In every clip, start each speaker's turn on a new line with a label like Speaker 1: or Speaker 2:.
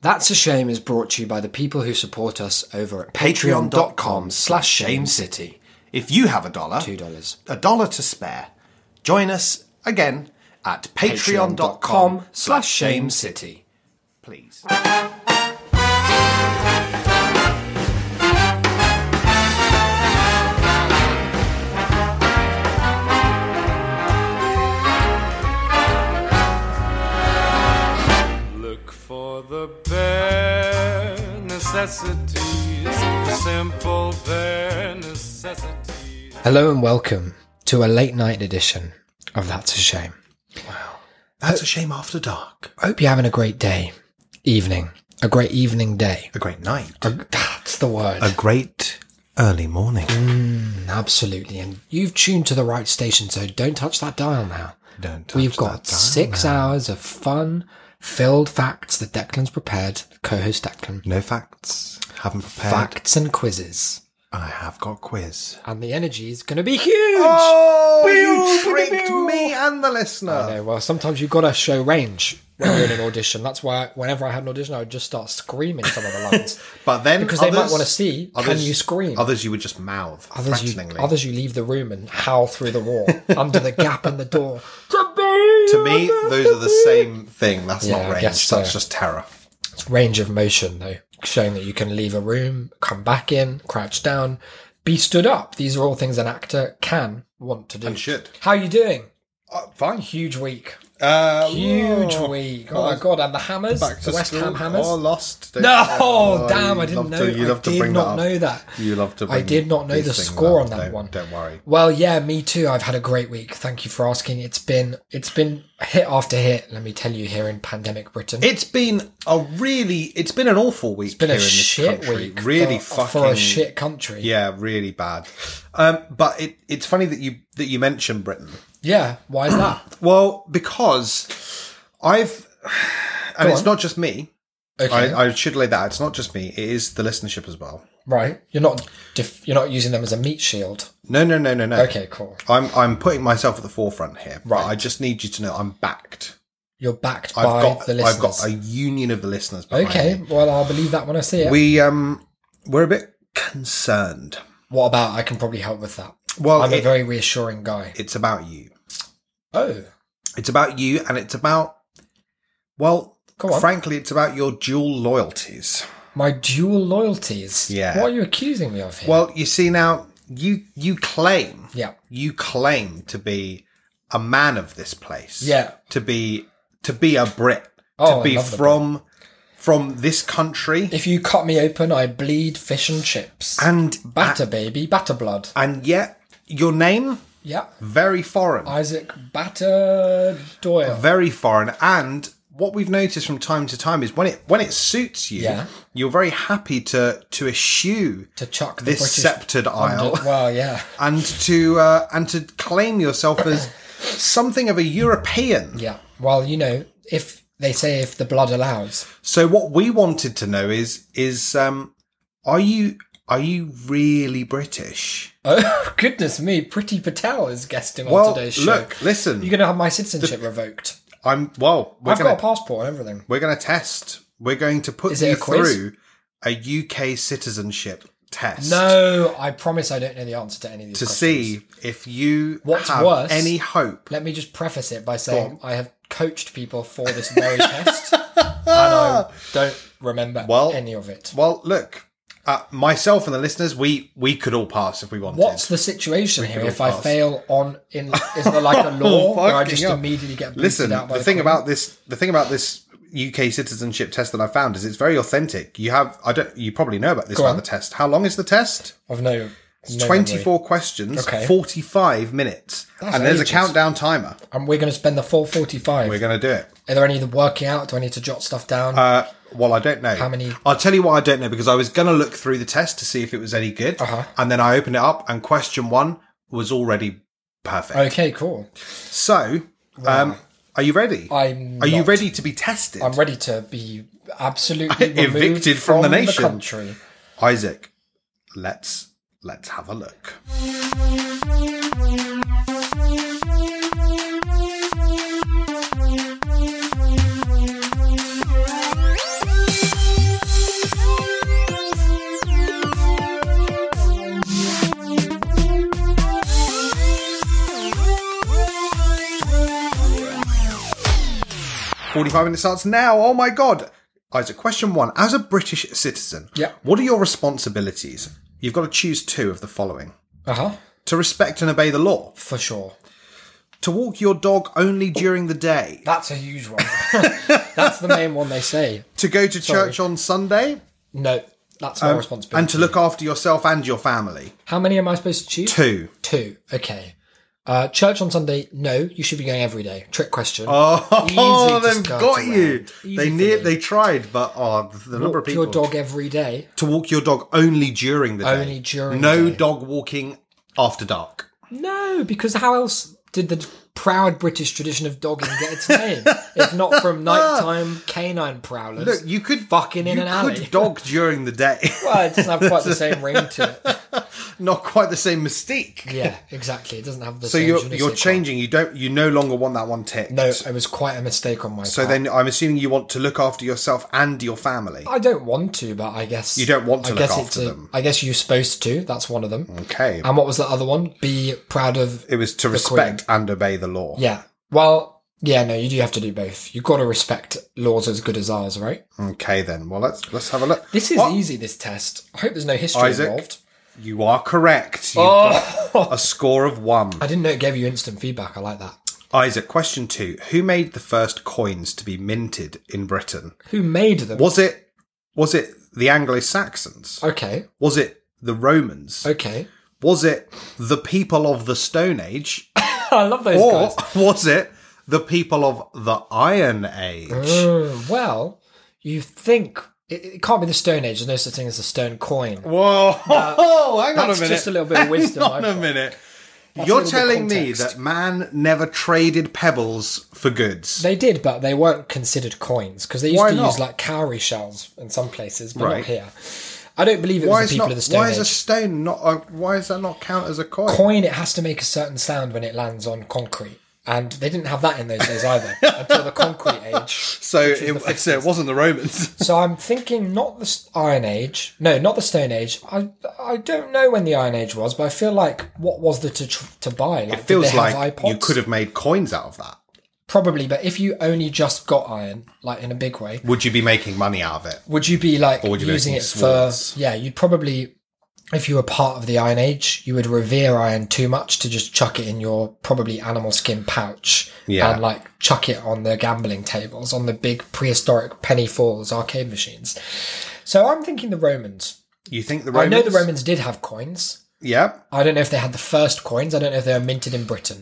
Speaker 1: That's a Shame is brought to you by the people who support us over at patreon.com slash shame city.
Speaker 2: If you have a dollar,
Speaker 1: Two dollars.
Speaker 2: a dollar to spare, join us again at patreon.com
Speaker 1: Patreon.com
Speaker 2: slash
Speaker 1: slash shame
Speaker 2: shame city,
Speaker 1: city.
Speaker 2: please.
Speaker 3: Look for the bare necessities, simple bare necessities.
Speaker 1: Hello and welcome to a late night edition of That's a Shame.
Speaker 2: That's a shame after dark.
Speaker 1: I hope you're having a great day, evening, a great evening day.
Speaker 2: A great night.
Speaker 1: That's the word.
Speaker 2: A great early morning.
Speaker 1: Absolutely. And you've tuned to the right station, so don't touch that dial now.
Speaker 2: Don't touch
Speaker 1: We've got
Speaker 2: that dial
Speaker 1: six
Speaker 2: now.
Speaker 1: hours of fun, filled facts that Declan's prepared, co host Declan.
Speaker 2: No facts. Haven't prepared.
Speaker 1: Facts and quizzes.
Speaker 2: I have got quiz.
Speaker 1: And the energy is going to be huge.
Speaker 2: Oh,
Speaker 1: you tricked
Speaker 2: me and the
Speaker 1: I
Speaker 2: listener.
Speaker 1: know, well, sometimes you've got to show range when you're in an audition. That's why whenever I had an audition, I would just start screaming some of the lines.
Speaker 2: But then
Speaker 1: Because they
Speaker 2: others,
Speaker 1: might wanna see, can
Speaker 2: others-
Speaker 1: you scream?
Speaker 2: Others you would just mouth
Speaker 1: Others you,
Speaker 2: threateningly.
Speaker 1: others you leave the room and howl through the wall under the gap in the door.
Speaker 2: to me, those are the same thing. That's
Speaker 1: Yeah, I
Speaker 2: not range.
Speaker 1: guess so.
Speaker 2: That's just terror.
Speaker 1: It's range of motion, though, showing that you can leave a room, come back in, crouch down, be stood up. These are all things an actor can want to do.
Speaker 2: And should.
Speaker 1: How you doing?
Speaker 2: Uh, fine.
Speaker 1: Huge week.
Speaker 2: Uh,
Speaker 1: Huge
Speaker 2: whoa.
Speaker 1: week. Oh, my god! And the Hammers,
Speaker 2: Back to
Speaker 1: the West
Speaker 2: school.
Speaker 1: Ham Hammers.
Speaker 2: Oh, lost. Don't-
Speaker 1: no,
Speaker 2: Oh,
Speaker 1: damn!
Speaker 2: you
Speaker 1: I didn't
Speaker 2: love
Speaker 1: know.
Speaker 2: To, you
Speaker 1: I
Speaker 2: love to
Speaker 1: did
Speaker 2: bring
Speaker 1: not
Speaker 2: that up.
Speaker 1: know that.
Speaker 2: You love to.
Speaker 1: I
Speaker 2: bring
Speaker 1: did not know
Speaker 2: these
Speaker 1: the
Speaker 2: things
Speaker 1: score
Speaker 2: up.
Speaker 1: on that
Speaker 2: Don't-
Speaker 1: one.
Speaker 2: Don't worry.
Speaker 1: Well, yeah, me too. I've had a great week. Thank you for asking. It's been it's been hit after hit. Let me tell you, here in pandemic Britain,
Speaker 2: It's been a really. It's been an awful week.
Speaker 1: been
Speaker 2: here
Speaker 1: a
Speaker 2: in this
Speaker 1: shit
Speaker 2: country.
Speaker 1: week.
Speaker 2: Really
Speaker 1: for,
Speaker 2: fucking
Speaker 1: for a shit country.
Speaker 2: Yeah, really bad. Um, but it, it's funny that you that you mentioned Britain.
Speaker 1: Yeah, Why is that?
Speaker 2: Well, because I've, and
Speaker 1: Go
Speaker 2: it's
Speaker 1: on.
Speaker 2: not just me.
Speaker 1: Okay.
Speaker 2: I, I should lay that. out. It's not just me. It is the listenership as well.
Speaker 1: Right. You're not def- you're not using them as a meat shield.
Speaker 2: No, no, no, no, no.
Speaker 1: Okay, cool.
Speaker 2: I'm I'm putting myself at the forefront here. Right.
Speaker 1: Right.
Speaker 2: I just need you to know I'm backed.
Speaker 1: You're backed
Speaker 2: I've
Speaker 1: by
Speaker 2: got
Speaker 1: the
Speaker 2: I've
Speaker 1: listeners.
Speaker 2: got a union of the listeners. Behind
Speaker 1: okay.
Speaker 2: me.
Speaker 1: Well, I'll believe that when I see it.
Speaker 2: We um we're a bit concerned.
Speaker 1: what about? I can probably help with that.
Speaker 2: Well,
Speaker 1: I'm a
Speaker 2: Oh, it-
Speaker 1: very reassuring guy.
Speaker 2: it's about you.
Speaker 1: Oh,
Speaker 2: It's about you, and it's about well,
Speaker 1: Go on.
Speaker 2: frankly, it's about your dual loyalties.
Speaker 1: my dual loyalties.
Speaker 2: Yeah.
Speaker 1: What are you accusing me of here?
Speaker 2: Well, you see now, you you claim
Speaker 1: yeah.
Speaker 2: you claim to be a man of this place.
Speaker 1: Yeah.
Speaker 2: To be to be a Brit.
Speaker 1: Oh, I
Speaker 2: to be
Speaker 1: love the
Speaker 2: from from this country.
Speaker 1: If you cut me open, I bleed fish and chips.
Speaker 2: and
Speaker 1: batter baby, batter blood.
Speaker 2: and yet your name
Speaker 1: Yeah.
Speaker 2: very foreign.
Speaker 1: Isaac Batter Doyle.
Speaker 2: very foreign and what we've noticed from time to time is when it when it suits you
Speaker 1: Yeah.
Speaker 2: you're very happy to to eschew
Speaker 1: to chuck the
Speaker 2: this
Speaker 1: British
Speaker 2: sceptred isle
Speaker 1: under- well, yeah.
Speaker 2: and to uh, and to claim yourself as something of a European.
Speaker 1: Yeah. Well, you know, if they say if the blood allows.
Speaker 2: So what we wanted to know is is um, are you are you really British?
Speaker 1: Oh goodness me! Pretty Patel is guesting on
Speaker 2: Well,
Speaker 1: today's show.
Speaker 2: look, listen,
Speaker 1: You're going to have my citizenship revoked.
Speaker 2: I'm well. We're
Speaker 1: I've
Speaker 2: gonna
Speaker 1: got a passport and everything.
Speaker 2: we're gonna test. We're going to put
Speaker 1: Is it
Speaker 2: you
Speaker 1: a quiz?
Speaker 2: through a UK citizenship test.
Speaker 1: No, I promise I don't know the answer to any of these
Speaker 2: to
Speaker 1: questions.
Speaker 2: see if you
Speaker 1: What's
Speaker 2: have
Speaker 1: worse-
Speaker 2: any hope.
Speaker 1: Let me just preface it by saying I have coached people for this very test, and I don't remember
Speaker 2: Well-
Speaker 1: any of it.
Speaker 2: Well, look, uh, myself and the listeners, we we could all pass if we wanted.
Speaker 1: What's the situation here?
Speaker 2: could
Speaker 1: If
Speaker 2: all
Speaker 1: I
Speaker 2: pass.
Speaker 1: fail on, in is there like a law where I
Speaker 2: fucking
Speaker 1: just
Speaker 2: hell.
Speaker 1: immediately get booted
Speaker 2: Listen,
Speaker 1: out by
Speaker 2: the thing
Speaker 1: Queen?
Speaker 2: about this, the thing about this UK citizenship test that I found is it's very authentic. You have, I don't, you probably know about this about
Speaker 1: on.
Speaker 2: the test. How long is the test?
Speaker 1: I've no, no
Speaker 2: Twenty
Speaker 1: memory.
Speaker 2: four questions,
Speaker 1: Okay.
Speaker 2: forty five minutes,
Speaker 1: That's
Speaker 2: and there's a
Speaker 1: ages.
Speaker 2: countdown timer.
Speaker 1: and we're going to spend the full forty-five.
Speaker 2: We're going to do it.
Speaker 1: Are there any of the working out? Do I need to jot stuff down?
Speaker 2: Uh, well, I don't know. How
Speaker 1: many-
Speaker 2: I'll tell you what I don't know because I was going to look through the test to see if it was any good,
Speaker 1: Uh-huh.
Speaker 2: and then I opened it up, and question one was already perfect.
Speaker 1: okay, cool.
Speaker 2: So, um, are you ready?
Speaker 1: I'm.
Speaker 2: are you
Speaker 1: not-
Speaker 2: ready to be tested,
Speaker 1: I'm ready to be absolutely removed
Speaker 2: Evicted from the nation.
Speaker 1: country.
Speaker 2: Isaac? Let's let's have a look.
Speaker 4: Thank you.
Speaker 2: 45 minutes starts now. Oh my God. Isaac, question one. As a British citizen,
Speaker 1: Yeah.
Speaker 2: what are your responsibilities? You've got to choose two of the following
Speaker 1: Uh huh.
Speaker 2: to respect and obey the law,
Speaker 1: For sure.
Speaker 2: to walk your dog only during the day,
Speaker 1: That's a huge one. that's the main one they say.
Speaker 2: to go to church on Sunday,
Speaker 1: No, that's my responsibility.
Speaker 2: Um, and to look after yourself and your family.
Speaker 1: How many am I supposed to choose?
Speaker 2: Two.
Speaker 1: Two. Okay. Uh, church on Sunday? No, you should be going every day. Trick question.
Speaker 2: Oh,
Speaker 1: just
Speaker 2: they've
Speaker 1: got
Speaker 2: got you.
Speaker 1: around. Easy
Speaker 2: they
Speaker 1: for
Speaker 2: near,
Speaker 1: me.
Speaker 2: they tried, but oh, the the number of
Speaker 1: Walk your
Speaker 2: people
Speaker 1: dog every day.
Speaker 2: to walk your dog only during the day.
Speaker 1: Only during
Speaker 2: no
Speaker 1: the day.
Speaker 2: dog walking after dark.
Speaker 1: No, because how else did the proud British tradition of dogging get its name if not from nighttime canine prowlers?
Speaker 2: Ah. Look, you could
Speaker 1: fucking in eh?
Speaker 2: you
Speaker 1: an
Speaker 2: could
Speaker 1: alley.
Speaker 2: dog during the day.
Speaker 1: well, it doesn't have quite the same ring to it.
Speaker 2: Not quite the same mystique.
Speaker 1: Yeah, exactly. It doesn't have the
Speaker 2: So
Speaker 1: same.
Speaker 2: you're
Speaker 1: je ne
Speaker 2: you're
Speaker 1: sais quoi.
Speaker 2: changing. You don't. You no longer want that one tick.
Speaker 1: No, it was quite a mistake on my
Speaker 2: So
Speaker 1: part.
Speaker 2: then, I'm assuming you want to look after yourself and your family.
Speaker 1: I don't want to, but I guess
Speaker 2: You don't want to
Speaker 1: I
Speaker 2: look
Speaker 1: guess
Speaker 2: after
Speaker 1: it's a-
Speaker 2: them.
Speaker 1: I guess you're supposed to. That's one of them.
Speaker 2: Okay.
Speaker 1: And what was the other one? Be proud of.
Speaker 2: it was to respect and obey the law.
Speaker 1: Yeah. Well, yeah. No, you do have to do both. You've got to respect laws as good as ours, right?
Speaker 2: Okay, then. Well, let's let's have a look.
Speaker 1: This is e-
Speaker 2: What?
Speaker 1: easy. This test. I hope there's no history
Speaker 2: Isaac.
Speaker 1: involved.
Speaker 2: You are correct. You've
Speaker 1: Oh.
Speaker 2: got a score of one.
Speaker 1: I didn't know it gave you instant feedback. I like that.
Speaker 2: Isaac, question two. Who made the first coins to be minted in Britain?
Speaker 1: Who made them?
Speaker 2: Was it was it the Anglo Saxons?
Speaker 1: Okay.
Speaker 2: Was it the Romans?
Speaker 1: Okay.
Speaker 2: Was it the people of the Stone Age?
Speaker 1: I love those
Speaker 2: Or
Speaker 1: guys.
Speaker 2: was it the people of the Iron Age?
Speaker 1: Mm, well, you think it, it can't be the Stone Age. There's no such thing as a stone coin.
Speaker 2: Whoa! hang on a
Speaker 1: that's
Speaker 2: minute.
Speaker 1: just a little bit of wisdom
Speaker 2: Hang on
Speaker 1: I've
Speaker 2: a
Speaker 1: got.
Speaker 2: minute. You're
Speaker 1: a little bit
Speaker 2: telling me
Speaker 1: context.
Speaker 2: that man never traded pebbles for goods.
Speaker 1: They did, but they weren't considered coins because they used
Speaker 2: Why
Speaker 1: to
Speaker 2: not?
Speaker 1: use like cowrie shells in some places, but
Speaker 2: Right.
Speaker 1: not here. I don't believe it
Speaker 2: why
Speaker 1: was
Speaker 2: is
Speaker 1: the people
Speaker 2: not,
Speaker 1: of the Stone
Speaker 2: why
Speaker 1: Age.
Speaker 2: is a stone not a, why is that not count as a coin?
Speaker 1: Coin, it has to make a certain sound when it lands on concrete, and they didn't have that in those days either until the concrete age.
Speaker 2: so, it, so it wasn't the Romans.
Speaker 1: So I'm thinking not the S- Iron Age, no, not the Stone Age. I I don't know when the Iron Age was, but I feel like what was the to tr- to buy? Like,
Speaker 2: It feels
Speaker 1: did they have
Speaker 2: like
Speaker 1: iPods?
Speaker 2: you could have made coins out of that.
Speaker 1: probably, but if you only just got iron, like in a big way,
Speaker 2: Would you be making money out of it?
Speaker 1: would you be like
Speaker 2: would you be
Speaker 1: using it
Speaker 2: making
Speaker 1: for
Speaker 2: swords?
Speaker 1: yeah you'd probably if you were part of the iron age you would revere iron too much to just chuck it in your probably animal skin pouch
Speaker 2: Yeah.
Speaker 1: and like chuck it on the gambling tables on the big prehistoric penny falls arcade machines so i'm thinking the romans,
Speaker 2: You think the
Speaker 1: i
Speaker 2: Romans?
Speaker 1: know the romans did have coins
Speaker 2: Yeah.
Speaker 1: i don't know if they had the first coins i don't know if they were minted in britain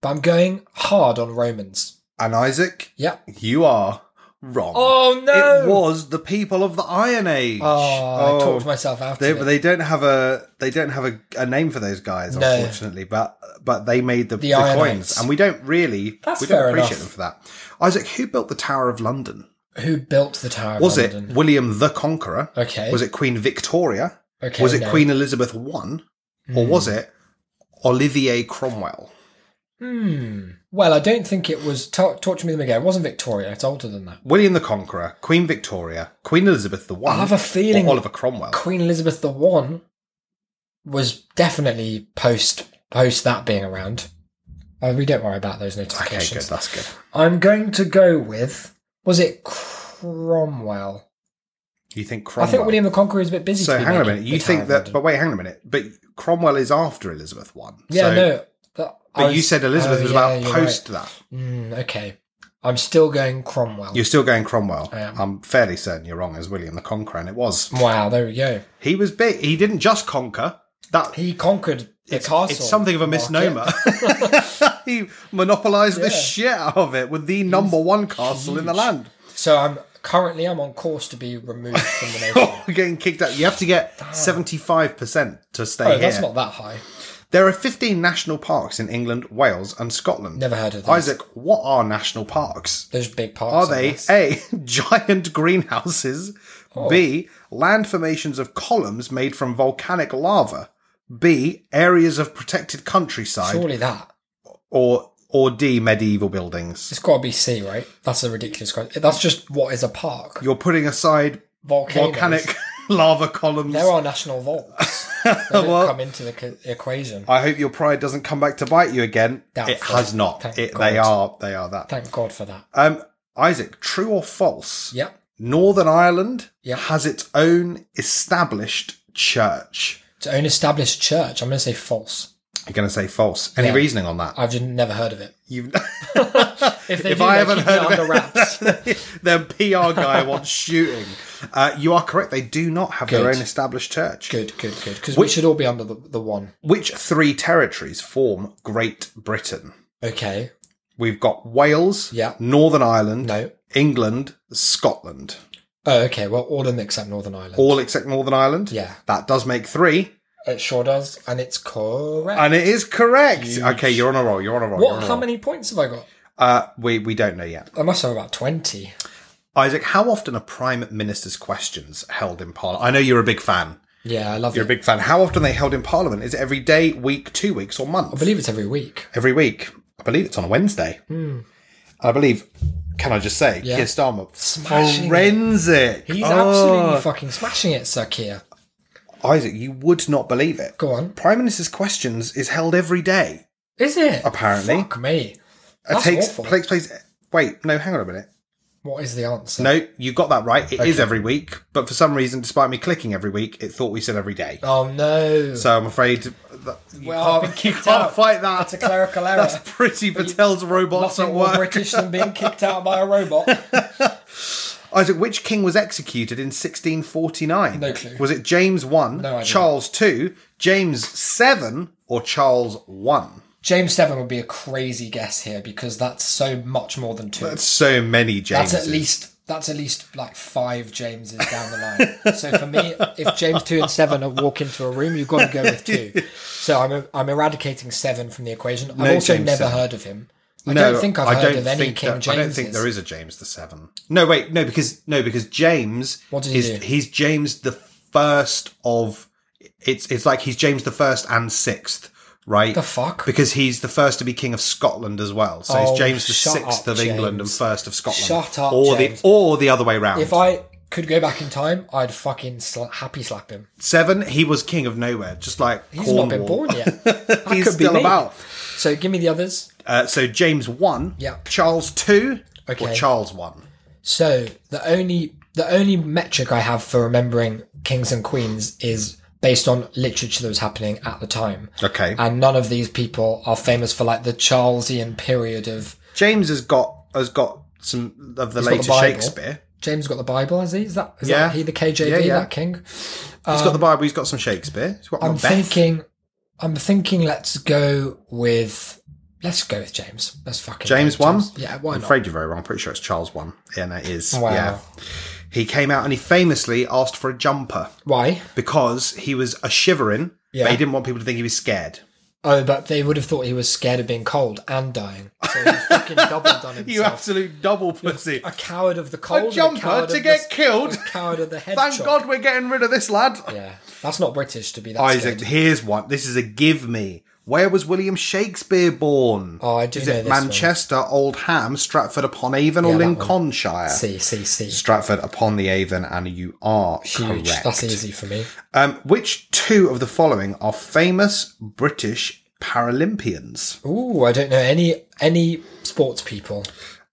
Speaker 1: but i'm going hard on romans
Speaker 2: And Isaac,
Speaker 1: yeah
Speaker 2: you are wrong.
Speaker 1: oh
Speaker 2: It was the people of the Iron Age.
Speaker 1: oh,
Speaker 2: Oh,
Speaker 1: i talked myself out
Speaker 2: They,
Speaker 1: of it.
Speaker 2: they don't have a they don't have a, a name for those guys
Speaker 1: No.
Speaker 2: unfortunately, but but they made the, the,
Speaker 1: Iron
Speaker 2: coins,
Speaker 1: Age.
Speaker 2: and we don't really
Speaker 1: That's
Speaker 2: we don't
Speaker 1: fair
Speaker 2: appreciate
Speaker 1: enough.
Speaker 2: them for that. Isaac, who built the Tower of London?
Speaker 1: who built the tower of
Speaker 2: Was
Speaker 1: london
Speaker 2: it William the Conqueror?
Speaker 1: Okay.
Speaker 2: Was it Queen Victoria?
Speaker 1: Okay,
Speaker 2: was it
Speaker 1: no.
Speaker 2: Queen Elizabeth I? Or was it Olivier Cromwell?
Speaker 1: Hmm. Well, I don't think it was. Talk, talk to me them again. It wasn't Victoria. It's older than that.
Speaker 2: William the Conqueror, Queen Victoria, Queen Elizabeth I,
Speaker 1: I have a feeling-
Speaker 2: or Oliver Cromwell.
Speaker 1: Queen Elizabeth the One was definitely post post that being around. Uh, we don't worry about those
Speaker 2: Okay, good.
Speaker 1: notifications.
Speaker 2: That's good.
Speaker 1: I'm going to go with. Was it Cromwell?
Speaker 2: You think
Speaker 1: I
Speaker 2: Cromwell?
Speaker 1: think William the Conqueror is a bit busy.
Speaker 2: So
Speaker 1: to be
Speaker 2: hang on a
Speaker 1: making
Speaker 2: minute. You
Speaker 1: the
Speaker 2: think
Speaker 1: Tower of
Speaker 2: that?
Speaker 1: London.
Speaker 2: But wait, hang on a minute. But Cromwell is after Elizabeth I.
Speaker 1: yeah,
Speaker 2: so,
Speaker 1: no. that- I
Speaker 2: But you
Speaker 1: was-
Speaker 2: said Elizabeth
Speaker 1: oh,
Speaker 2: was
Speaker 1: yeah,
Speaker 2: about
Speaker 1: you're
Speaker 2: post
Speaker 1: right.
Speaker 2: that.
Speaker 1: Hmm, okay, I'm still going Cromwell.
Speaker 2: You're still going Cromwell.
Speaker 1: I am.
Speaker 2: I'm fairly certain you're wrong as William the Conqueror, and it was.
Speaker 1: Wow, there we go.
Speaker 2: He was big. He didn't just conquer. That
Speaker 1: He conquered the
Speaker 2: it's,
Speaker 1: castle.
Speaker 2: it's something of a
Speaker 1: market.
Speaker 2: misnomer. he monopolised the
Speaker 1: Yeah.
Speaker 2: shit out of it with the number one castle in the land.
Speaker 1: So I'm currently I'm on course to be removed from the nation.
Speaker 2: Oh, we're getting kicked out. You have to get seventy-five percent to stay
Speaker 1: oh,
Speaker 2: here.
Speaker 1: that's not that high.
Speaker 2: There are fifteen national parks in England, Wales, and Scotland.
Speaker 1: Never heard of those.
Speaker 2: Isaac, what are national parks?
Speaker 1: Those big parts.
Speaker 2: Are
Speaker 1: I
Speaker 2: they
Speaker 1: guess.
Speaker 2: A, giant greenhouses,
Speaker 1: Oh.
Speaker 2: B, land formations of columns made from volcanic lava, B, areas of protected countryside,
Speaker 1: Surely that.
Speaker 2: or or D, medieval buildings?
Speaker 1: It's got to be C, right? That's a ridiculous question. That's just what is a park.
Speaker 2: You're putting aside
Speaker 1: Volcanoes.
Speaker 2: volcanic lava columns.
Speaker 1: There are national vaults. They don't
Speaker 2: Well-
Speaker 1: come into the co- equation.
Speaker 2: I hope your pride doesn't come back to bite you again. It
Speaker 1: Doubtful.
Speaker 2: has not.
Speaker 1: Thank
Speaker 2: It,
Speaker 1: God.
Speaker 2: they are. They are that.
Speaker 1: Thank God for that.
Speaker 2: Um, Isaac, true or false?
Speaker 1: Yeah.
Speaker 2: Northern Ireland
Speaker 1: Yeah.
Speaker 2: has its own established church.
Speaker 1: Its own established church. I'm going to say false.
Speaker 2: You're going to say false. Any
Speaker 1: Yeah.
Speaker 2: reasoning on that?
Speaker 1: I've just never heard of it.
Speaker 2: You've,
Speaker 1: If,
Speaker 2: if I haven't heard of
Speaker 1: under wraps.
Speaker 2: it, then PR guy wants shooting. Uh, you are correct. They do not have their
Speaker 1: Good.
Speaker 2: own established church.
Speaker 1: good, good, good. Because we should all be under the, the one.
Speaker 2: Which three territories form Great Britain?
Speaker 1: Okay.
Speaker 2: We've got Wales,
Speaker 1: Yeah.
Speaker 2: Northern Ireland,
Speaker 1: No.
Speaker 2: England, Scotland.
Speaker 1: Oh, okay. Well, all of them except Northern Ireland.
Speaker 2: All except Northern Ireland.
Speaker 1: Yeah.
Speaker 2: That does make three.
Speaker 1: It sure does, and it's correct.
Speaker 2: And it is correct. Okay, you're on a roll. You're on a roll. you're on
Speaker 1: what?
Speaker 2: a
Speaker 1: How
Speaker 2: roll.
Speaker 1: many points have I got?
Speaker 2: Uh, we, we don't know yet.
Speaker 1: I must have about twenty.
Speaker 2: Isaac, how often are prime minister's questions held in parliament? I know you're a big fan.
Speaker 1: Yeah, I love
Speaker 2: You're
Speaker 1: it.
Speaker 2: a big fan. How often are they held in parliament? Is it every day, week, two weeks, or month?
Speaker 1: I believe it's every week.
Speaker 2: every week. I believe it's on a Wednesday. I believe, can I just say,
Speaker 1: Hmm. Yeah.
Speaker 2: Keir Starmer,
Speaker 1: Smashing it.
Speaker 2: forensic.
Speaker 1: He's
Speaker 2: Oh.
Speaker 1: absolutely fucking smashing it, Sir Keir.
Speaker 2: Isaac, you would not believe it.
Speaker 1: Go on.
Speaker 2: Prime Minister's Questions is held every day.
Speaker 1: Is it?
Speaker 2: Apparently.
Speaker 1: Fuck me.
Speaker 2: It
Speaker 1: That's
Speaker 2: takes
Speaker 1: awful.
Speaker 2: takes place. Wait, no, hang on a minute.
Speaker 1: What is the answer?
Speaker 2: No, you got that right. It is every week, but for some reason, despite me clicking every week, it thought we said every day.
Speaker 1: Oh no.
Speaker 2: So I'm afraid that you
Speaker 1: Well, I've been
Speaker 2: can't, you
Speaker 1: kicked
Speaker 2: can't
Speaker 1: out.
Speaker 2: fight that.
Speaker 1: That's a clerical error.
Speaker 2: That's pretty Patel's robots
Speaker 1: Nothing
Speaker 2: at
Speaker 1: more
Speaker 2: work.
Speaker 1: British than being kicked out by a robot.
Speaker 2: Isaac, which king was executed in 1649?
Speaker 1: No clue.
Speaker 2: Was it James one,
Speaker 1: No idea.
Speaker 2: Charles two, James seven, or Charles one?
Speaker 1: James Seven would be a crazy guess here because that's so much more than two.
Speaker 2: That's so many Jameses.
Speaker 1: That's at least that's at least like five Jameses down the line. so for me, if James two and seven are walk into a room, you've got to go with two. So I'm I'm eradicating seven from the equation. I've also
Speaker 2: James
Speaker 1: never
Speaker 2: seven.
Speaker 1: heard of him. I don't think I've heard of any
Speaker 2: think
Speaker 1: King
Speaker 2: that-
Speaker 1: James.
Speaker 2: I don't think there is a James the Seven. No, wait, no, because no, because James
Speaker 1: What did he
Speaker 2: is
Speaker 1: do?
Speaker 2: he's James the first of it's it's like he's James the first and sixth, right?
Speaker 1: The fuck?
Speaker 2: Because he's the first to be King of Scotland as well. So
Speaker 1: Oh,
Speaker 2: he's James the
Speaker 1: shut
Speaker 2: sixth
Speaker 1: up,
Speaker 2: of England and
Speaker 1: James.
Speaker 2: first of Scotland.
Speaker 1: Shut up,
Speaker 2: or
Speaker 1: James.
Speaker 2: the or the other way round.
Speaker 1: If I could go back in time, I'd fucking sla- happy slap him.
Speaker 2: Seven, he was King of nowhere, just like
Speaker 1: He's
Speaker 2: Cornwall.
Speaker 1: not been born yet. That
Speaker 2: he's
Speaker 1: could be
Speaker 2: still
Speaker 1: me.
Speaker 2: about.
Speaker 1: So give me the others.
Speaker 2: Uh, so James one,
Speaker 1: Yeah.
Speaker 2: Charles two, or
Speaker 1: Okay.
Speaker 2: Charles one.
Speaker 1: So the only the only metric I have for remembering kings and queens is based on literature that was happening at the time.
Speaker 2: Okay.
Speaker 1: And none of these people are famous for like the Charlesian period of
Speaker 2: James has got has got some of
Speaker 1: got the
Speaker 2: the later
Speaker 1: Bible.
Speaker 2: Shakespeare.
Speaker 1: James got the Bible, has he? Is that is
Speaker 2: Yeah.
Speaker 1: that he the KJV
Speaker 2: Yeah, yeah.
Speaker 1: that king?
Speaker 2: He's got the Bible. He's got some Shakespeare. He's got
Speaker 1: Um, I'm
Speaker 2: Macbeth.
Speaker 1: thinking I'm thinking let's go with let's go with James. Let's fucking go
Speaker 2: James
Speaker 1: with
Speaker 2: one.
Speaker 1: Yeah, why
Speaker 2: I'm
Speaker 1: not? Oh,
Speaker 2: afraid you're very wrong. I'm pretty sure it's Charles one. Yeah, no, it is.
Speaker 1: Wow.
Speaker 2: Yeah. He came out and he famously asked for a jumper
Speaker 1: Why?
Speaker 2: because he was a shivering,
Speaker 1: Yeah.
Speaker 2: but he didn't want people to think he was scared.
Speaker 1: Oh, but they would have thought he was scared of being cold and dying. So he fucking doubled on himself.
Speaker 2: absolute double pussy.
Speaker 1: a coward of the cold, and
Speaker 2: jumper
Speaker 1: coward
Speaker 2: to
Speaker 1: of
Speaker 2: get
Speaker 1: the,
Speaker 2: killed.
Speaker 1: a coward of the head.
Speaker 2: Thank
Speaker 1: chop.
Speaker 2: God we're getting rid of this lad.
Speaker 1: Yeah, that's not British to be that
Speaker 2: Isaac,
Speaker 1: scared.
Speaker 2: here's one. This is a give me. Where was William Shakespeare born?
Speaker 1: Oh, I do
Speaker 2: is
Speaker 1: know
Speaker 2: it
Speaker 1: this
Speaker 2: Manchester, Old Ham, Stratford upon Avon, or
Speaker 1: Yeah, that one.
Speaker 2: Lincolnshire?
Speaker 1: See, see, see.
Speaker 2: Stratford upon the Avon, and you are
Speaker 1: Huge.
Speaker 2: correct.
Speaker 1: That's easy for me.
Speaker 2: Um, which two of the following are famous British Paralympians?
Speaker 1: Ooh, I don't know any any sports people.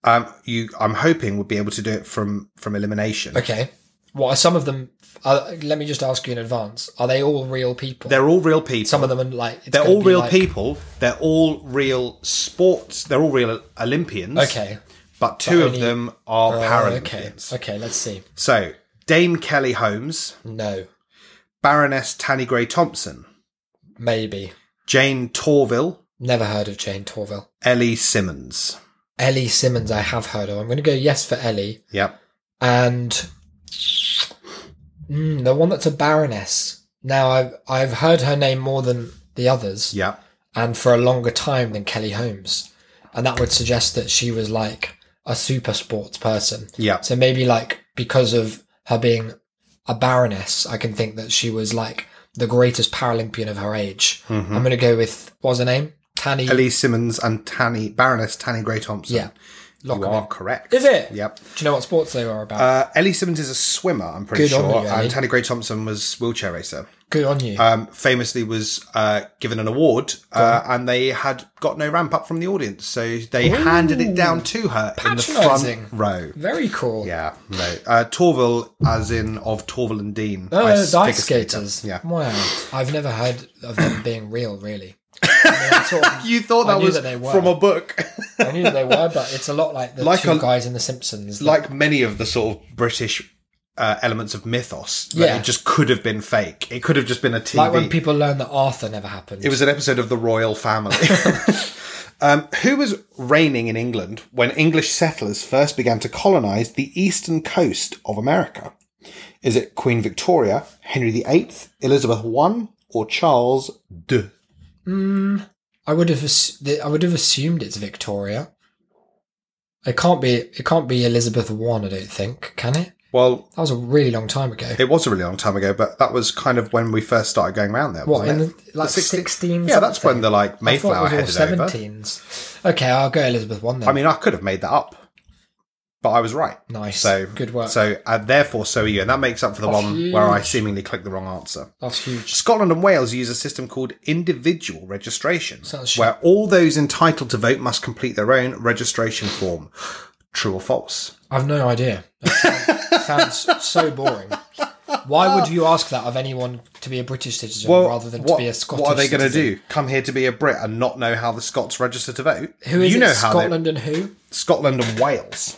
Speaker 2: Um, you, I'm hoping would be able to do it from from elimination.
Speaker 1: Okay, what are some of them? Uh, let me just ask you in advance: Are they all real people?
Speaker 2: They're all real people.
Speaker 1: some of them are like it's
Speaker 2: They're
Speaker 1: gonna
Speaker 2: all
Speaker 1: be
Speaker 2: real
Speaker 1: like-
Speaker 2: people. They're all real sports. They're all real Olympians.
Speaker 1: Okay.
Speaker 2: But two of
Speaker 1: only-
Speaker 2: them are
Speaker 1: Oh, okay.
Speaker 2: Paralympians.
Speaker 1: Okay. Let's see.
Speaker 2: So Dame Kelly Holmes,
Speaker 1: No.
Speaker 2: Baroness Tanny Gray Thompson,
Speaker 1: Maybe.
Speaker 2: Jane Torville,
Speaker 1: Never heard of Jane Torville.
Speaker 2: Ellie Simmons.
Speaker 1: Ellie Simmons, I have heard of. I'm going to go yes for Ellie.
Speaker 2: Yep.
Speaker 1: and mm, the one that's a baroness. Now I've I've heard her name more than the others,
Speaker 2: Yep.
Speaker 1: and for a longer time than Kelly Holmes, and that would suggest that she was like a super sports person.
Speaker 2: Yep.
Speaker 1: So maybe like because of her being a baroness, I can think that she was like the greatest Paralympian of her age.
Speaker 2: Mm-hmm.
Speaker 1: I'm gonna go with what was her name? Tanny.
Speaker 2: Ellie Simmons and Tanny Baroness Tanny Gray Thompson.
Speaker 1: Yeah. Lock
Speaker 2: You
Speaker 1: 'em
Speaker 2: are
Speaker 1: in.
Speaker 2: correct.
Speaker 1: Is it?
Speaker 2: Yep.
Speaker 1: Do you know what sports they were about?
Speaker 2: Uh, Ellie Simmons is a swimmer, I'm pretty
Speaker 1: Good on
Speaker 2: sure,
Speaker 1: you, Ellie.
Speaker 2: and Tanny Gray Thompson was wheelchair racer.
Speaker 1: Good on you.
Speaker 2: Um, famously was uh, given an award, uh, and they had got no ramp up from the audience, so they handed it down to her in the front
Speaker 1: Patronising.
Speaker 2: row.
Speaker 1: Very cool.
Speaker 2: Yeah, no. Uh, Torval, as in of Torval and Dean.
Speaker 1: Oh, ice,
Speaker 2: figure
Speaker 1: skaters.
Speaker 2: skater. Yeah.
Speaker 1: Wow. I've never heard of them being real, really. I, mean, I sort of-
Speaker 2: You thought
Speaker 1: I
Speaker 2: that
Speaker 1: knew
Speaker 2: was
Speaker 1: that they were.
Speaker 2: from a book.
Speaker 1: I knew they were, but it's a lot like the
Speaker 2: Like
Speaker 1: two
Speaker 2: a-
Speaker 1: guys in The Simpsons. that-
Speaker 2: like many of the sort of British uh, elements of mythos, that
Speaker 1: Yeah.
Speaker 2: it just could have been fake. It could have just been a TV.
Speaker 1: like when people learn that Arthur never happened.
Speaker 2: it was an episode of The Royal Family. um, who was reigning in England when English settlers first began to colonize the eastern coast of America? Is it Queen Victoria, Henry VIII, Elizabeth I, or Charles II?
Speaker 1: I would have ass- th- I would have assumed it's Victoria. It can't be it can't be Elizabeth one, I don't think, can it?
Speaker 2: Well,
Speaker 1: That was a really long time ago.
Speaker 2: it was a really long time ago, but that was kind of when we first started going around there.
Speaker 1: What,
Speaker 2: wasn't
Speaker 1: in
Speaker 2: it?
Speaker 1: the- like
Speaker 2: 16
Speaker 1: 16
Speaker 2: Yeah, that's when
Speaker 1: something?
Speaker 2: the like
Speaker 1: I thought
Speaker 2: Mayflower
Speaker 1: it
Speaker 2: headed
Speaker 1: was
Speaker 2: over.
Speaker 1: all 17s. Okay, I'll go Elizabeth one then.
Speaker 2: I mean, I could have made that up, but I was right.
Speaker 1: Nice.
Speaker 2: So
Speaker 1: Good work.
Speaker 2: So uh, therefore, so are you, and that makes up for the
Speaker 1: That's
Speaker 2: one where I
Speaker 1: huge.
Speaker 2: seemingly clicked the wrong answer.
Speaker 1: that's huge.
Speaker 2: Scotland and Wales use a system called individual registration,
Speaker 1: Sounds shit.
Speaker 2: where all those entitled to vote must complete their own registration form. True or false?
Speaker 1: I've no idea. That sounds, sounds so boring. Why would you ask that of anyone to be a British citizen rather than to be a Scottish?
Speaker 2: what are they
Speaker 1: going to
Speaker 2: do? Come here to be a Brit and not know how the Scots register to vote?
Speaker 1: Who is
Speaker 2: you
Speaker 1: it,
Speaker 2: know how they-
Speaker 1: Scotland and who?
Speaker 2: Scotland and Wales.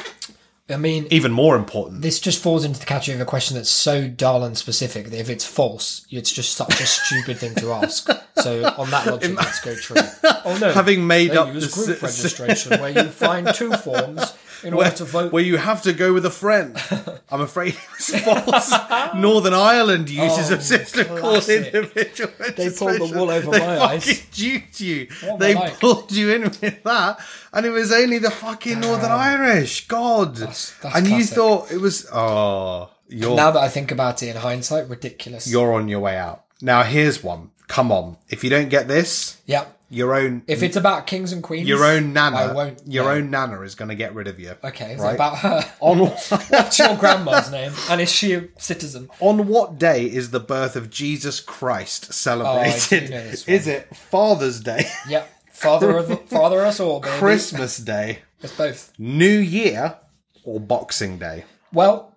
Speaker 1: I mean,
Speaker 2: Even more important.
Speaker 1: this just falls into the category of a question that's so dull and specific that if it's false, it's just such a stupid thing to ask. So on that logic, let's go true. Oh no,
Speaker 2: Having made
Speaker 1: they
Speaker 2: up
Speaker 1: use
Speaker 2: the
Speaker 1: group
Speaker 2: s-
Speaker 1: registration where you find two forms in order to vote.
Speaker 2: where you have to go with a friend. I'm afraid it's false. Northern Ireland uses
Speaker 1: Oh,
Speaker 2: a system called
Speaker 1: classic.
Speaker 2: individual
Speaker 1: They pulled the wool over my
Speaker 2: registration. They
Speaker 1: eyes.
Speaker 2: fucking duped you.
Speaker 1: am
Speaker 2: They
Speaker 1: I like?
Speaker 2: pulled you in with that, and it was only the fucking Northern Irish. God,
Speaker 1: that's
Speaker 2: and you
Speaker 1: classic.
Speaker 2: thought it was oh, you're
Speaker 1: now that I think about it in hindsight, ridiculous.
Speaker 2: you're on your way out. Now here's one. Come on, if you don't get this,
Speaker 1: yeah.
Speaker 2: your own
Speaker 1: If it's about kings and queens,
Speaker 2: your own nana,
Speaker 1: I won't.
Speaker 2: your
Speaker 1: no.
Speaker 2: own nana is going to get rid of you.
Speaker 1: Okay, is
Speaker 2: Right.
Speaker 1: it about her?
Speaker 2: On
Speaker 1: What's your grandma's name? And is she a citizen?
Speaker 2: On what day is the birth of Jesus Christ celebrated?
Speaker 1: Oh, know this one.
Speaker 2: is it Father's Day,
Speaker 1: Yep. Father of father us all, baby.
Speaker 2: Christmas Day,
Speaker 1: It's both.
Speaker 2: New Year, or Boxing Day?
Speaker 1: Well,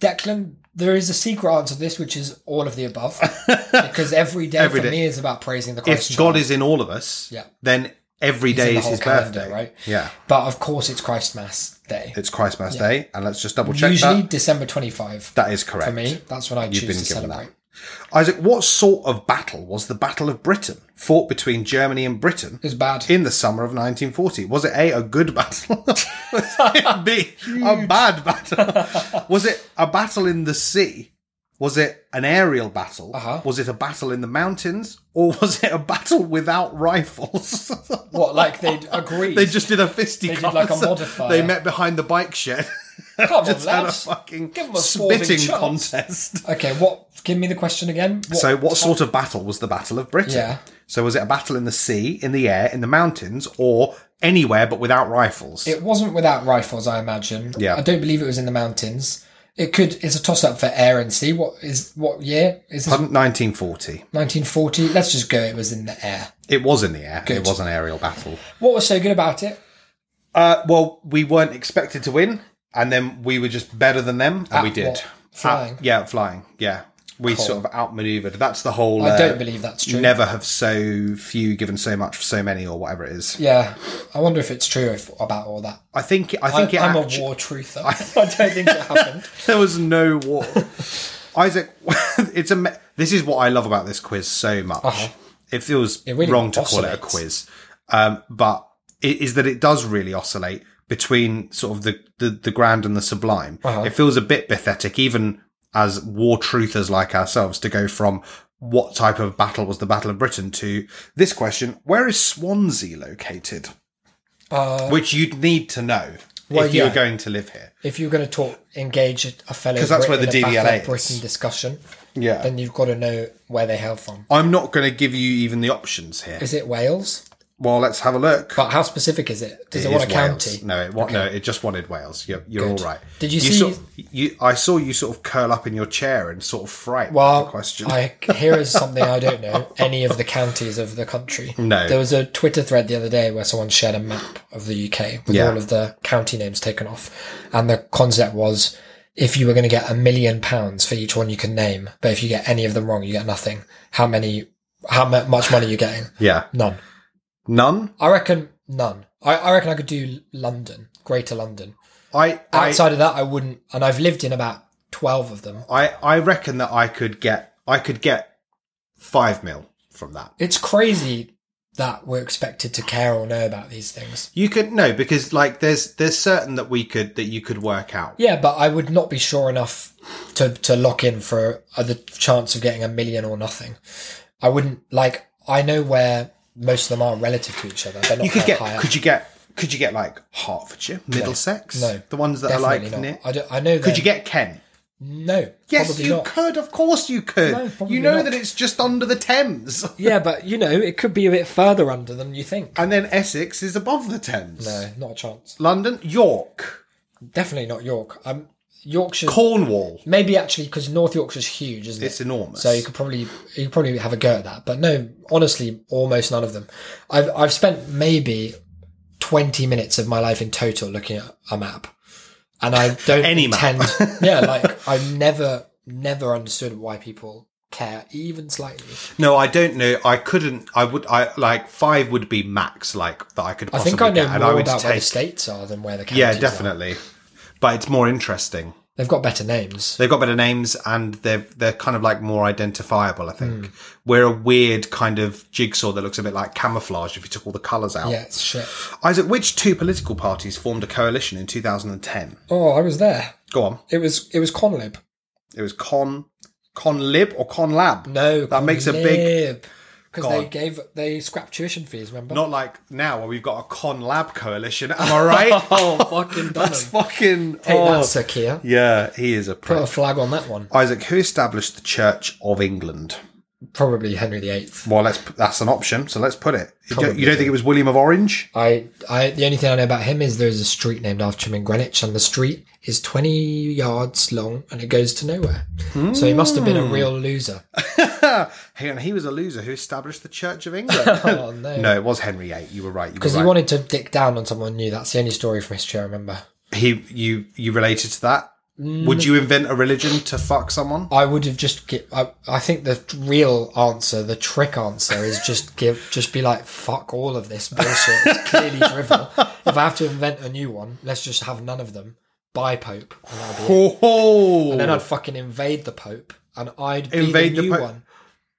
Speaker 1: Declan, there is a secret answer to this, which is all of the above. because every day
Speaker 2: Every
Speaker 1: for
Speaker 2: day.
Speaker 1: me is about praising the Christ
Speaker 2: If
Speaker 1: child.
Speaker 2: God is in all of us,
Speaker 1: Yeah.
Speaker 2: then every
Speaker 1: in
Speaker 2: day
Speaker 1: the
Speaker 2: is
Speaker 1: whole
Speaker 2: his
Speaker 1: calendar,
Speaker 2: birthday.
Speaker 1: right?
Speaker 2: Yeah.
Speaker 1: But of course it's Christmas Day.
Speaker 2: It's Christmas Day, and let's just double check
Speaker 1: Usually
Speaker 2: that.
Speaker 1: December twenty five.
Speaker 2: That is correct.
Speaker 1: For me, that's when I choose to
Speaker 2: been given
Speaker 1: celebrate.
Speaker 2: Isaac, what sort of battle was the Battle of Britain, fought between Germany and Britain
Speaker 1: It's bad.
Speaker 2: in the summer of 1940? Was it A, a good battle? Was it B, a bad battle? Was it a battle in the sea? Was it an aerial battle?
Speaker 1: Uh-huh.
Speaker 2: Was it a battle in the mountains? Or was it a battle without rifles?
Speaker 1: what, like they'd agreed?
Speaker 2: they just did a fisticuffs.
Speaker 1: did like a modifier.
Speaker 2: They met behind the bike shed.
Speaker 1: Come on,
Speaker 2: just had a
Speaker 1: lads.
Speaker 2: fucking
Speaker 1: Give 'em a sporting
Speaker 2: spitting
Speaker 1: chance.
Speaker 2: contest.
Speaker 1: Okay, what give me the question again? What,
Speaker 2: So, what sort of battle was the Battle of Britain?
Speaker 1: Yeah.
Speaker 2: So, was it a battle in the sea, in the air, in the mountains, or anywhere but without rifles?
Speaker 1: It wasn't without rifles, I imagine.
Speaker 2: Yeah.
Speaker 1: I don't believe it was in the mountains. It could. It's a toss up for air and sea. What is what year is this?
Speaker 2: 1940.
Speaker 1: 1940. Let's just go. It was in the air.
Speaker 2: It was in the air. It
Speaker 1: Good.
Speaker 2: was an aerial battle.
Speaker 1: What was so good about it?
Speaker 2: Uh, well, we weren't expected to win, and then we were just better than them, and
Speaker 1: At
Speaker 2: we did.
Speaker 1: what? Flying?
Speaker 2: At- yeah, flying. Yeah. We sort of outmaneuvered. That's the whole.
Speaker 1: I
Speaker 2: uh,
Speaker 1: don't believe that's true.
Speaker 2: Never have so few given so much for so many, or whatever it is.
Speaker 1: Yeah. I wonder if it's true if, about all that.
Speaker 2: I think. I
Speaker 1: I
Speaker 2: think it
Speaker 1: am
Speaker 2: actu-
Speaker 1: a war truther. I, don't think it happened.
Speaker 2: there was no war. Isaac, it's a. This is what I love about this quiz so much. It feels
Speaker 1: Uh-huh. really
Speaker 2: wrong to call it a
Speaker 1: oscillates.
Speaker 2: quiz, um, but it is that it does really oscillate between sort of the the, the grand and the sublime.
Speaker 1: Uh-huh.
Speaker 2: It feels a bit pathetic, even as war truthers like ourselves, to go from what type of battle was the Battle of Britain to this question: Where is Swansea located? Which you'd need to know
Speaker 1: Uh, Well,
Speaker 2: if you were
Speaker 1: yeah.
Speaker 2: going to live here.
Speaker 1: If you're going to talk, engage a fellow
Speaker 2: 'Cause that's where
Speaker 1: Brit
Speaker 2: the
Speaker 1: in a
Speaker 2: DVLA
Speaker 1: Battle of
Speaker 2: is.
Speaker 1: Britain discussion,
Speaker 2: Yeah.
Speaker 1: then you've got to know where they hail from.
Speaker 2: I'm not going to give you even the options here.
Speaker 1: Is it Wales?
Speaker 2: well, let's have a look.
Speaker 1: But how specific is it? Does it, want a
Speaker 2: is Wales.
Speaker 1: county?
Speaker 2: No, it wa- no, it just wanted Wales. You're, you're all
Speaker 1: Good.
Speaker 2: right.
Speaker 1: Did you see-
Speaker 2: sort of- you, I saw you sort of curl up in your chair and sort of fright.
Speaker 1: Well,
Speaker 2: the question.
Speaker 1: I here is something I don't know. Any of the counties of the country.
Speaker 2: No.
Speaker 1: There was a Twitter thread the other day where someone shared a map of the UK with
Speaker 2: Yeah.
Speaker 1: all of the county names taken off, and the concept was if you were going to get a million pounds for each one you can name, but if you get any of them wrong, you get nothing. How many? How mu- much money are you getting?
Speaker 2: yeah,
Speaker 1: None.
Speaker 2: none.
Speaker 1: I reckon none. I, I reckon I could do London, Greater London.
Speaker 2: I I,
Speaker 1: Outside of that, I wouldn't. And I've lived in about twelve of them.
Speaker 2: I I reckon that I could get I could get five mil from that.
Speaker 1: It's crazy that we're expected to care or know about these things.
Speaker 2: You could no because like there's there's certain that we could that you could work out.
Speaker 1: Yeah, but I would not be sure enough to to lock in for uh, the chance of getting a million or nothing. I wouldn't like. I know where most of them are relative to each other. They're not
Speaker 2: you could
Speaker 1: that
Speaker 2: get
Speaker 1: high up.
Speaker 2: could you get could you get like Hertfordshire, Middlesex,
Speaker 1: No.
Speaker 2: the ones that are
Speaker 1: Definitely
Speaker 2: like
Speaker 1: not.
Speaker 2: near.
Speaker 1: I, don't, I know.
Speaker 2: Could you get Kent?
Speaker 1: no?
Speaker 2: Yes,
Speaker 1: probably
Speaker 2: you
Speaker 1: not.
Speaker 2: could. Of course, you could.
Speaker 1: No, probably
Speaker 2: you know
Speaker 1: not.
Speaker 2: that it's just under the Thames,
Speaker 1: Yeah, but you know, it could be a bit further under than you think.
Speaker 2: and then Essex is above the Thames.
Speaker 1: No, not a chance.
Speaker 2: London, York,
Speaker 1: Definitely not York. Um, Yorkshire.
Speaker 2: Cornwall.
Speaker 1: Maybe actually, because North Yorkshire's huge, isn't it?
Speaker 2: It's enormous.
Speaker 1: So you could probably you could probably have a go at that. But no, honestly, almost none of them. I've I've spent maybe twenty minutes of my life in total looking at a map, and I don't
Speaker 2: Any map.
Speaker 1: intend. yeah, like I never never understood why people care even slightly.
Speaker 2: No, I don't know. I couldn't. I would. I like five would be max. Like that. I could.
Speaker 1: I
Speaker 2: Possibly
Speaker 1: think I know
Speaker 2: get, and
Speaker 1: more
Speaker 2: I would
Speaker 1: about where the
Speaker 2: take.
Speaker 1: states are than where the counties
Speaker 2: Yeah,
Speaker 1: are.
Speaker 2: definitely. But it's more interesting.
Speaker 1: They've got better names.
Speaker 2: They've got better names and they're they're kind of like more identifiable. I think
Speaker 1: Hmm.
Speaker 2: we're a weird kind of jigsaw that looks a bit like camouflage if you took all the colours out.
Speaker 1: Yeah, it's shit.
Speaker 2: Isaac, which two political parties formed a coalition in 2010?
Speaker 1: Oh, I was there.
Speaker 2: Go on.
Speaker 1: It was it was Conlib.
Speaker 2: It was Con Conlib or Conlab.
Speaker 1: No,
Speaker 2: that makes a big.
Speaker 1: because they
Speaker 2: God.
Speaker 1: gave they scrapped tuition fees. Remember?
Speaker 2: Not like now where we've got a Conlab coalition. Am I right?
Speaker 1: oh, fucking
Speaker 2: That's
Speaker 1: Dunham.
Speaker 2: fucking.
Speaker 1: Take
Speaker 2: oh.
Speaker 1: that, Sir Keir.
Speaker 2: Yeah, he is a
Speaker 1: Put a
Speaker 2: prick.
Speaker 1: flag on that one.
Speaker 2: Isaac, who established the Church of England?
Speaker 1: Probably Henry VIII.
Speaker 2: Well, let's. put- That's an option, so let's put it. You don't, you
Speaker 1: Probably.
Speaker 2: don't think it was William of Orange?
Speaker 1: I, I, the only thing I know about him is there's a street named after him in Greenwich, and the street is 20 yards long and it goes to nowhere. So he must have been a
Speaker 2: Hmm.
Speaker 1: real loser.
Speaker 2: Hey, and he was a loser who established the Church of England.
Speaker 1: Oh no.
Speaker 2: no, it was Henry VIII. You were right. You were
Speaker 1: Because
Speaker 2: right.
Speaker 1: he wanted to dick down on someone new. That's the only story from history I remember.
Speaker 2: he you you related to that
Speaker 1: Mm.
Speaker 2: would you invent a religion to fuck someone
Speaker 1: I would have just gi- I, I think the real answer, the trick answer, is just give, just be like, fuck all of this bullshit. It's clearly drivel. If I have to invent a new one, let's just have none of them. By Pope, and that'll be it.
Speaker 2: oh
Speaker 1: then I'd fucking invade the Pope, and I'd be
Speaker 2: Invade the
Speaker 1: the new
Speaker 2: Pope.
Speaker 1: one.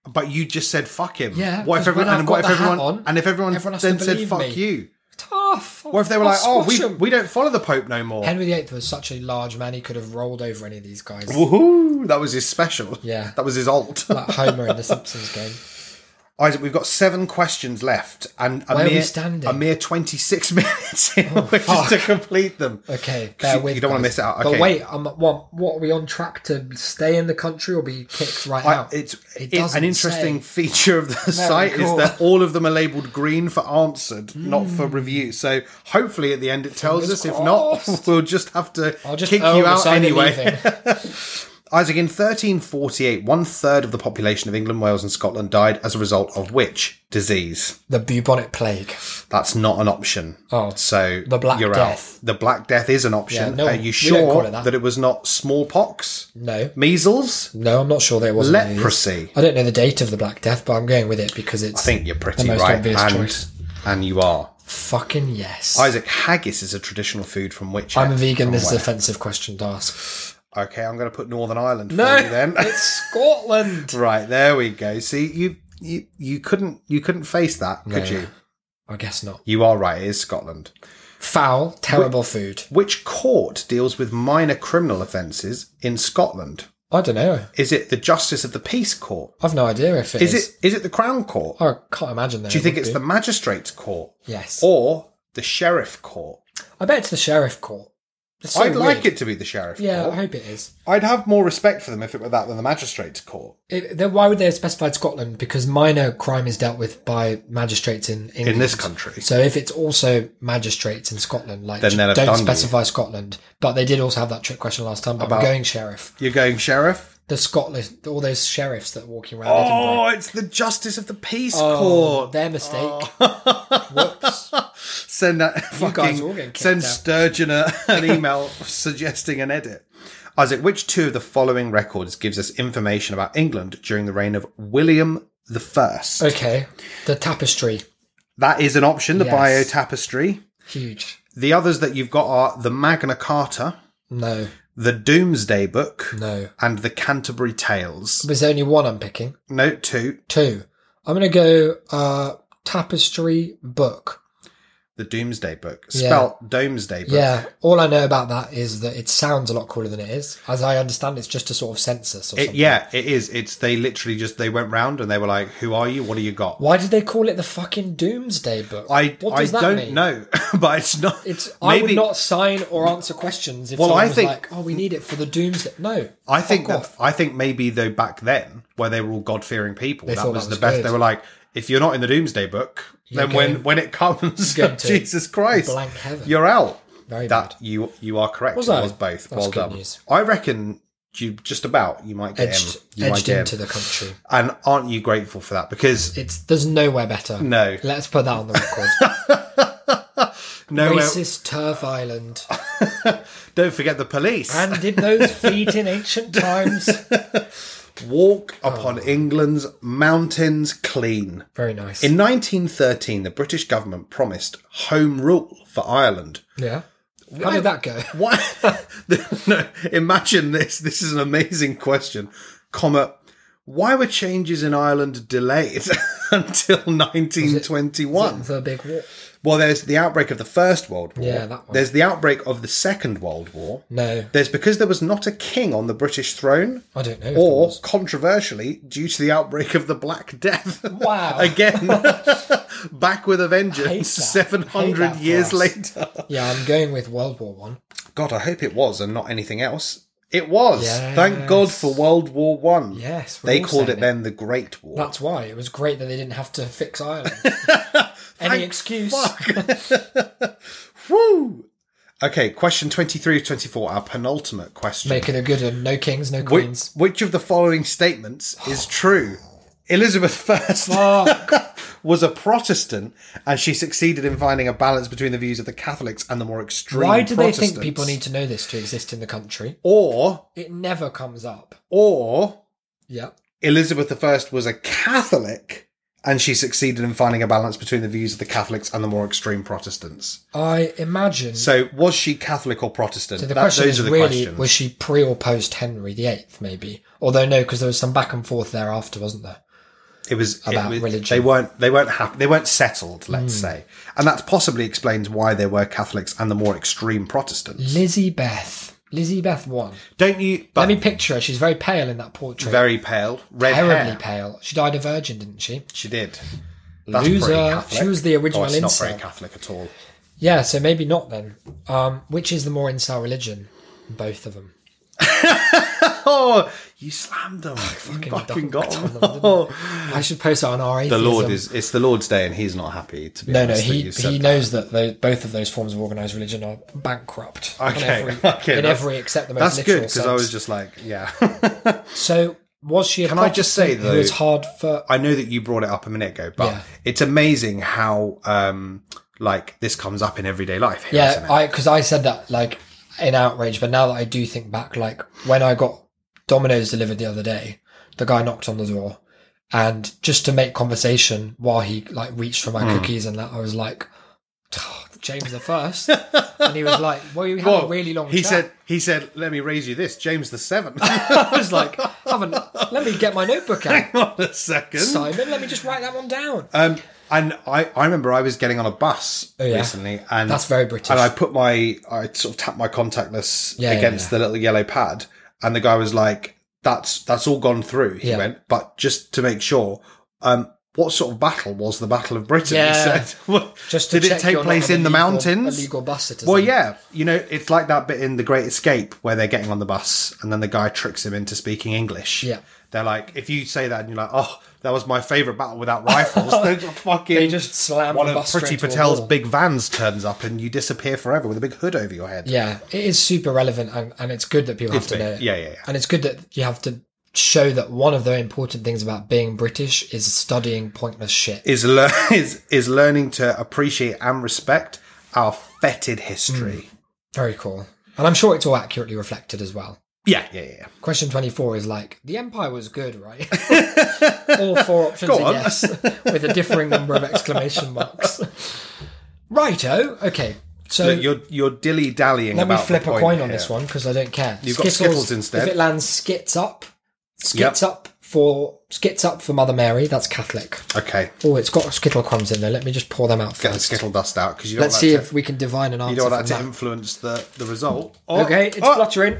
Speaker 2: but you just said fuck him
Speaker 1: Yeah,
Speaker 2: what if
Speaker 1: 'cause when
Speaker 2: everyone
Speaker 1: I've
Speaker 2: and
Speaker 1: got
Speaker 2: what if
Speaker 1: the hat
Speaker 2: everyone
Speaker 1: on,
Speaker 2: and if everyone,
Speaker 1: everyone has to
Speaker 2: then said
Speaker 1: believe
Speaker 2: fuck
Speaker 1: me.
Speaker 2: you
Speaker 1: Tough.
Speaker 2: or if they were like oh we we don't follow the pope no more
Speaker 1: Henry VIII was such a large man; he could have rolled over any of these guys,
Speaker 2: woohoo that was his special
Speaker 1: Yeah.
Speaker 2: that was his alt
Speaker 1: like Homer in the Simpsons game.
Speaker 2: isaac we've got seven questions left and a
Speaker 1: Where are we
Speaker 2: mere
Speaker 1: standing? Oh,
Speaker 2: a mere 26 minutes in which is to complete them
Speaker 1: Okay, bear
Speaker 2: you-
Speaker 1: with.
Speaker 2: you don't wanna
Speaker 1: guys.
Speaker 2: miss out, okay.
Speaker 1: But wait, I'm, what? What are we on track to stay in the country or be kicked right
Speaker 2: I-
Speaker 1: out?
Speaker 2: it's
Speaker 1: It
Speaker 2: it- an
Speaker 1: doesn't
Speaker 2: interesting
Speaker 1: say.
Speaker 2: feature of the site is
Speaker 1: cool. Hmm.
Speaker 2: that all of them are labeled green for answered, not for review. So hopefully at the end it tells us.
Speaker 1: Fingers
Speaker 2: If not,
Speaker 1: crossed.
Speaker 2: we'll just have to
Speaker 1: I'll just
Speaker 2: kick
Speaker 1: own
Speaker 2: you
Speaker 1: the
Speaker 2: out
Speaker 1: side and
Speaker 2: anyway.
Speaker 1: leaving.
Speaker 2: Isaac, in 1348, one third of the population of England, Wales, and Scotland died as a result of which disease?
Speaker 1: the bubonic plague.
Speaker 2: That's not an option.
Speaker 1: Oh.
Speaker 2: so
Speaker 1: The Black
Speaker 2: you're
Speaker 1: Death.
Speaker 2: Out. The Black Death is an option.
Speaker 1: Yeah, no,
Speaker 2: are
Speaker 1: we don't
Speaker 2: you sure
Speaker 1: call it that.
Speaker 2: it was not smallpox,
Speaker 1: No,
Speaker 2: measles,
Speaker 1: no, I'm not sure that it was one of these.
Speaker 2: leprosy?
Speaker 1: I don't know the date of the Black Death, but I'm going with it because it's
Speaker 2: I think you're pretty
Speaker 1: the most
Speaker 2: right,
Speaker 1: obvious
Speaker 2: and
Speaker 1: choice.
Speaker 2: and you are.
Speaker 1: Fucking yes.
Speaker 2: Isaac, haggis is a traditional food from which
Speaker 1: I'm a vegan. This is an
Speaker 2: somewhere.
Speaker 1: offensive question to ask.
Speaker 2: okay. I'm going to put Northern Ireland
Speaker 1: No,
Speaker 2: for you then.
Speaker 1: it's Scotland.
Speaker 2: right there we go. See you, you you couldn't you couldn't face that, could
Speaker 1: No.
Speaker 2: you?
Speaker 1: I guess not.
Speaker 2: You are right. It is Scotland.
Speaker 1: Foul, terrible food.
Speaker 2: Which court deals with minor criminal offences in Scotland?
Speaker 1: I don't know.
Speaker 2: Is it the Justice of the Peace Court?
Speaker 1: I've no idea if it
Speaker 2: Is
Speaker 1: is. Oh,
Speaker 2: it is it the Crown Court?
Speaker 1: I can't imagine that.
Speaker 2: Do you think it's the Magistrates Court
Speaker 1: Yes.
Speaker 2: or the Sheriff Court?
Speaker 1: I bet it's the sheriff court. It's so
Speaker 2: I'd like
Speaker 1: weird.
Speaker 2: it to be the sheriff
Speaker 1: Yeah, I
Speaker 2: court.
Speaker 1: hope it is.
Speaker 2: I'd have more respect for them if it were that than the magistrate's court.
Speaker 1: It, then why would they have specified Scotland? Because minor crime is dealt with by magistrates in England.
Speaker 2: In this country.
Speaker 1: So if it's also magistrates in Scotland, like
Speaker 2: Then they'll have
Speaker 1: don't
Speaker 2: done you.
Speaker 1: specify Scotland. But they did also have that trick question last time. But
Speaker 2: About-
Speaker 1: I'm going sheriff.
Speaker 2: You're going sheriff?
Speaker 1: The Scotland, all those sheriffs that are walking around.
Speaker 2: Oh,
Speaker 1: Edinburgh.
Speaker 2: it's the justice of the peace
Speaker 1: Oh,
Speaker 2: court.
Speaker 1: their mistake. Whoops.
Speaker 2: Send that
Speaker 1: guys
Speaker 2: fucking
Speaker 1: all get kicked
Speaker 2: send
Speaker 1: out.
Speaker 2: Sturgeon a- an email suggesting an edit. Isaac, which two of the following records gives us information about England during the reign of William the First?
Speaker 1: Okay, the tapestry,
Speaker 2: That is an option. The
Speaker 1: Yes.
Speaker 2: bio tapestry.
Speaker 1: huge.
Speaker 2: The others that you've got are the Magna Carta,
Speaker 1: No,
Speaker 2: the Doomsday Book,
Speaker 1: no.
Speaker 2: and the Canterbury Tales.
Speaker 1: There's only one I'm picking.
Speaker 2: Note two:
Speaker 1: Two. I'm gonna go uh tapestry book.
Speaker 2: the Doomsday Book,
Speaker 1: Yeah.
Speaker 2: spelt Domesday Book.
Speaker 1: Yeah. All I know about that is that it sounds a lot cooler than it is. As I understand, it's just a sort of census or
Speaker 2: It,
Speaker 1: something.
Speaker 2: yeah, it is. It's they literally just they went round and they were like, "Who are you? What do you got?"
Speaker 1: Why did they call it the fucking Doomsday Book?
Speaker 2: I
Speaker 1: what
Speaker 2: I
Speaker 1: does that
Speaker 2: don't
Speaker 1: mean?
Speaker 2: know, but it's not.
Speaker 1: It's I would
Speaker 2: maybe
Speaker 1: not sign or answer questions if
Speaker 2: Well,
Speaker 1: someone
Speaker 2: I
Speaker 1: was
Speaker 2: think-
Speaker 1: like, "Oh, we need it for the Doomsday." No,
Speaker 2: I think
Speaker 1: fuck
Speaker 2: that,
Speaker 1: off.
Speaker 2: I think maybe though back then where they were all God fearing people, that
Speaker 1: thought
Speaker 2: was,
Speaker 1: that
Speaker 2: the
Speaker 1: was
Speaker 2: best.
Speaker 1: good.
Speaker 2: They were like, "If you're not in the Doomsday Book,
Speaker 1: You're
Speaker 2: then when
Speaker 1: going-
Speaker 2: when it comes,
Speaker 1: going to
Speaker 2: Jesus Christ,
Speaker 1: blank heaven.
Speaker 2: you're out."
Speaker 1: Very
Speaker 2: that
Speaker 1: bad.
Speaker 2: you you are correct.
Speaker 1: Was
Speaker 2: it
Speaker 1: I?
Speaker 2: was both.
Speaker 1: That's
Speaker 2: well
Speaker 1: good
Speaker 2: done.
Speaker 1: news.
Speaker 2: I reckon you just about you might get
Speaker 1: Edged,
Speaker 2: him. You might
Speaker 1: edged
Speaker 2: get
Speaker 1: into
Speaker 2: him.
Speaker 1: the country.
Speaker 2: And aren't you grateful for that? Because
Speaker 1: It's there's nowhere better.
Speaker 2: No.
Speaker 1: let's put that on the record.
Speaker 2: nowhere,
Speaker 1: Racist turf island.
Speaker 2: don't forget the police.
Speaker 1: And did those feet in ancient times?
Speaker 2: Walk
Speaker 1: Oh.
Speaker 2: upon England's mountains clean.
Speaker 1: Very nice.
Speaker 2: In 1913, the British government promised home rule for Ireland.
Speaker 1: yeah. How did that go?
Speaker 2: Why? no, imagine this. This is an amazing question. Comma. Why were changes in Ireland delayed until 1921?
Speaker 1: The big war.
Speaker 2: Well, there's the outbreak of the First World War.
Speaker 1: Yeah, that one.
Speaker 2: There's the outbreak of the Second World War.
Speaker 1: No,
Speaker 2: There's because there was not a king on the British throne,
Speaker 1: I don't know. if there
Speaker 2: or
Speaker 1: was.
Speaker 2: controversially, due to the outbreak of the Black Death.
Speaker 1: Wow.
Speaker 2: Again, back with a vengeance
Speaker 1: that.
Speaker 2: 700
Speaker 1: Hate that for
Speaker 2: years
Speaker 1: us.
Speaker 2: later.
Speaker 1: yeah, I'm going with World War One.
Speaker 2: God, I hope it was and not anything else. It was.
Speaker 1: Yes.
Speaker 2: Thank God for World War One.
Speaker 1: Yes, we're
Speaker 2: They
Speaker 1: all
Speaker 2: called
Speaker 1: saying
Speaker 2: it then the Great War.
Speaker 1: That's why it was great that they didn't have to fix Ireland. Any
Speaker 2: Thank
Speaker 1: excuse?
Speaker 2: Fuck. Woo! Okay, question 23 of 24, our penultimate question.
Speaker 1: Make it a good one. No kings, no
Speaker 2: Whi-
Speaker 1: queens.
Speaker 2: which of the following statements is true? Elizabeth first was a Protestant, and she succeeded in finding a balance between the views of the Catholics and the more extreme.
Speaker 1: Why do they think
Speaker 2: Protestants.
Speaker 1: people need to know this to exist in the country?
Speaker 2: Or
Speaker 1: It never comes up.
Speaker 2: or
Speaker 1: Yeah.
Speaker 2: Elizabeth I was a Catholic, and she succeeded in finding a balance between the views of the Catholics and the more extreme Protestants.
Speaker 1: I imagine. So
Speaker 2: So, was she Catholic or Protestant?
Speaker 1: the
Speaker 2: That-
Speaker 1: question
Speaker 2: those
Speaker 1: is
Speaker 2: are the
Speaker 1: really,
Speaker 2: questions.
Speaker 1: was she pre or post Henry VIII, maybe? Although no, because there was some back and forth thereafter, wasn't there?
Speaker 2: it was it
Speaker 1: about
Speaker 2: was-
Speaker 1: religion. Hmm.
Speaker 2: They weren't. They weren't happy. They weren't settled. Let's say, and that possibly explains why there were Catholics and the more extreme Protestants.
Speaker 1: Lizzie Beth. Lizzie Beth won.
Speaker 2: Don't you? But
Speaker 1: Let me picture her. She's very pale in that portrait.
Speaker 2: very pale, red
Speaker 1: terribly
Speaker 2: hair.
Speaker 1: pale. She died a virgin, didn't she?
Speaker 2: She did. That's
Speaker 1: Loser.
Speaker 2: pretty Catholic.
Speaker 1: She was the original
Speaker 2: Oh, it's not very
Speaker 1: incel.
Speaker 2: Catholic at all.
Speaker 1: Yeah, so maybe not then. Um, which is the more incel religion? Both of them.
Speaker 2: Oh, you slammed them. you fucking
Speaker 1: fucking
Speaker 2: got
Speaker 1: dunked
Speaker 2: them.
Speaker 1: on them, didn't I should post it on our
Speaker 2: The Lord is. It's the Lord's day, and He's not happy. To be
Speaker 1: No, no,
Speaker 2: honest, that
Speaker 1: he,
Speaker 2: you said
Speaker 1: he knows that tho- both of those forms of organised religion are bankrupt. on
Speaker 2: Okay,
Speaker 1: every,
Speaker 2: okay,
Speaker 1: In
Speaker 2: that's-
Speaker 1: every except the most
Speaker 2: That's
Speaker 1: literal
Speaker 2: good because I
Speaker 1: sense.
Speaker 2: was just like, yeah.
Speaker 1: So, was she a
Speaker 2: Can I just say,
Speaker 1: Protestant who was
Speaker 2: though-
Speaker 1: hard for.
Speaker 2: I know that you brought it up a minute ago, but
Speaker 1: Yeah.
Speaker 2: it's amazing how um like this comes up in everyday life. Here,
Speaker 1: Yeah,
Speaker 2: isn't it?
Speaker 1: I because I said that like in outrage, but now that I do think back, like when I got Domino's delivered the other day, the guy knocked on the door, and just to make conversation while he like reached for my
Speaker 2: Hmm.
Speaker 1: cookies and that, I was like, "Oh, James the first, and he was like, "Well, you had a really long."
Speaker 2: He
Speaker 1: chat."
Speaker 2: said, he said, let me raise you this, James the Seventh.
Speaker 1: "I was like, haven't let me get my notebook out,
Speaker 2: Hang on a second.
Speaker 1: Simon. Let me just write that one down."
Speaker 2: Um, and I, I remember I was getting on a bus
Speaker 1: Oh, yeah.
Speaker 2: recently, and
Speaker 1: That's very British.
Speaker 2: And I put my, I sort of tapped my contactless
Speaker 1: Yeah, yeah,
Speaker 2: against
Speaker 1: yeah.
Speaker 2: the little yellow pad, and the guy was like, "That's that's all gone through." He
Speaker 1: Yeah.
Speaker 2: went, but just to make sure, um, what sort of battle was the Battle of Britain? He
Speaker 1: Yeah.
Speaker 2: said.
Speaker 1: Just to
Speaker 2: Did it
Speaker 1: check
Speaker 2: take
Speaker 1: you're not
Speaker 2: place
Speaker 1: an
Speaker 2: in the
Speaker 1: illegal-
Speaker 2: mountains?
Speaker 1: Illegal bastards.
Speaker 2: Well, yeah, you know, it's like that bit in The Great Escape where they're getting on the bus and then the guy tricks him into speaking English.
Speaker 1: Yeah.
Speaker 2: They're like, if you say that and you're like, oh, that was my favourite battle without rifles, then fucking.
Speaker 1: They just slam
Speaker 2: One
Speaker 1: the
Speaker 2: of
Speaker 1: bus
Speaker 2: Pretty
Speaker 1: straight to a
Speaker 2: Patel's
Speaker 1: wall.
Speaker 2: big vans turns up and you disappear forever with a big hood over your head.
Speaker 1: Yeah, it is super relevant, and, and it's good that people have
Speaker 2: It's
Speaker 1: to
Speaker 2: big.
Speaker 1: know. It.
Speaker 2: Yeah, yeah, yeah.
Speaker 1: And it's good that you have to show that one of the important things about being British is studying pointless shit.
Speaker 2: Is, lear- is, is learning to appreciate and respect our fetid history.
Speaker 1: Hmm. Very cool. And I'm sure it's all accurately reflected as well.
Speaker 2: Yeah, yeah, yeah. yeah.
Speaker 1: Question 24 is like, the empire was good, right? all four options
Speaker 2: Go
Speaker 1: are
Speaker 2: on.
Speaker 1: yes, with a differing number of exclamation marks. Righto. Okay. So
Speaker 2: Look, you're you're dilly dallying.
Speaker 1: let me flip a
Speaker 2: the
Speaker 1: coin on
Speaker 2: here.
Speaker 1: this one because I don't care.
Speaker 2: You've got Skittles instead.
Speaker 1: If it lands skits up, skits up for skits up for Mother Mary. That's Catholic.
Speaker 2: Okay,
Speaker 1: Oh, it's got Skittle crumbs in there. Let me just pour them out
Speaker 2: get the
Speaker 1: first.
Speaker 2: skittle dust out because you don't
Speaker 1: Let's
Speaker 2: like
Speaker 1: see
Speaker 2: to-
Speaker 1: if we can divine an answer.
Speaker 2: You don't want
Speaker 1: from
Speaker 2: that to
Speaker 1: that.
Speaker 2: influence the, the result. Oh,
Speaker 1: Okay, it's
Speaker 2: oh,
Speaker 1: fluttering.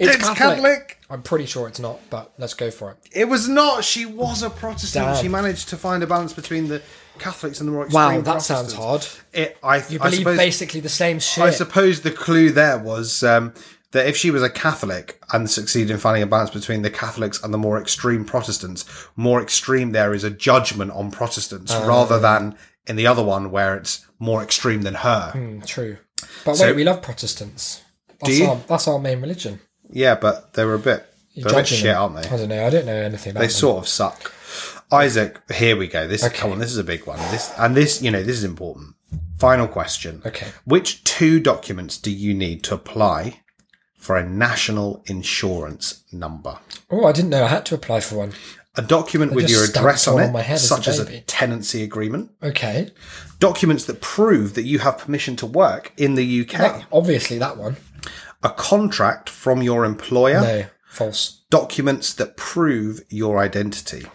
Speaker 1: It's,
Speaker 2: it's
Speaker 1: Catholic.
Speaker 2: Catholic.
Speaker 1: I'm pretty sure it's not, but let's go for it.
Speaker 2: It was not. She was a Protestant.
Speaker 1: Damn.
Speaker 2: She managed to find a balance between the Catholics and the more extreme
Speaker 1: Wow, that sounds
Speaker 2: Protestants.
Speaker 1: hard.
Speaker 2: It, I,
Speaker 1: You
Speaker 2: I
Speaker 1: believe
Speaker 2: suppose,
Speaker 1: basically the same shit.
Speaker 2: I suppose the clue there was um, that if she was a Catholic and succeeded in finding a balance between the Catholics and the more extreme Protestants, more extreme there is a judgment on Protestants
Speaker 1: Ah.
Speaker 2: rather than in the other one where it's more extreme than her.
Speaker 1: Mm, True. But
Speaker 2: So-
Speaker 1: wait, we love Protestants. That's,
Speaker 2: you?
Speaker 1: Our, that's our main religion.
Speaker 2: Yeah, but they were a bit,
Speaker 1: You're
Speaker 2: they're a bit
Speaker 1: judging
Speaker 2: shit,
Speaker 1: them.
Speaker 2: aren't they?
Speaker 1: I don't know. I don't know anything about
Speaker 2: they
Speaker 1: them.
Speaker 2: sort of suck. Isaac, here we go. This
Speaker 1: Okay.
Speaker 2: come on, this is a big one. This and this, you know, this is important. Final question.
Speaker 1: Okay.
Speaker 2: Which two documents do you need to apply for a national insurance number?
Speaker 1: Oh, I didn't know I had to apply for one.
Speaker 2: A document with
Speaker 1: just
Speaker 2: your
Speaker 1: stamped
Speaker 2: address on
Speaker 1: one
Speaker 2: it,
Speaker 1: on my head as a
Speaker 2: such as a
Speaker 1: baby.
Speaker 2: tenancy agreement.
Speaker 1: Okay.
Speaker 2: Documents that prove that you have permission to work in the UK.
Speaker 1: That- obviously, that one.
Speaker 2: A contract from your employer.
Speaker 1: No, false.
Speaker 2: Documents that prove your identity.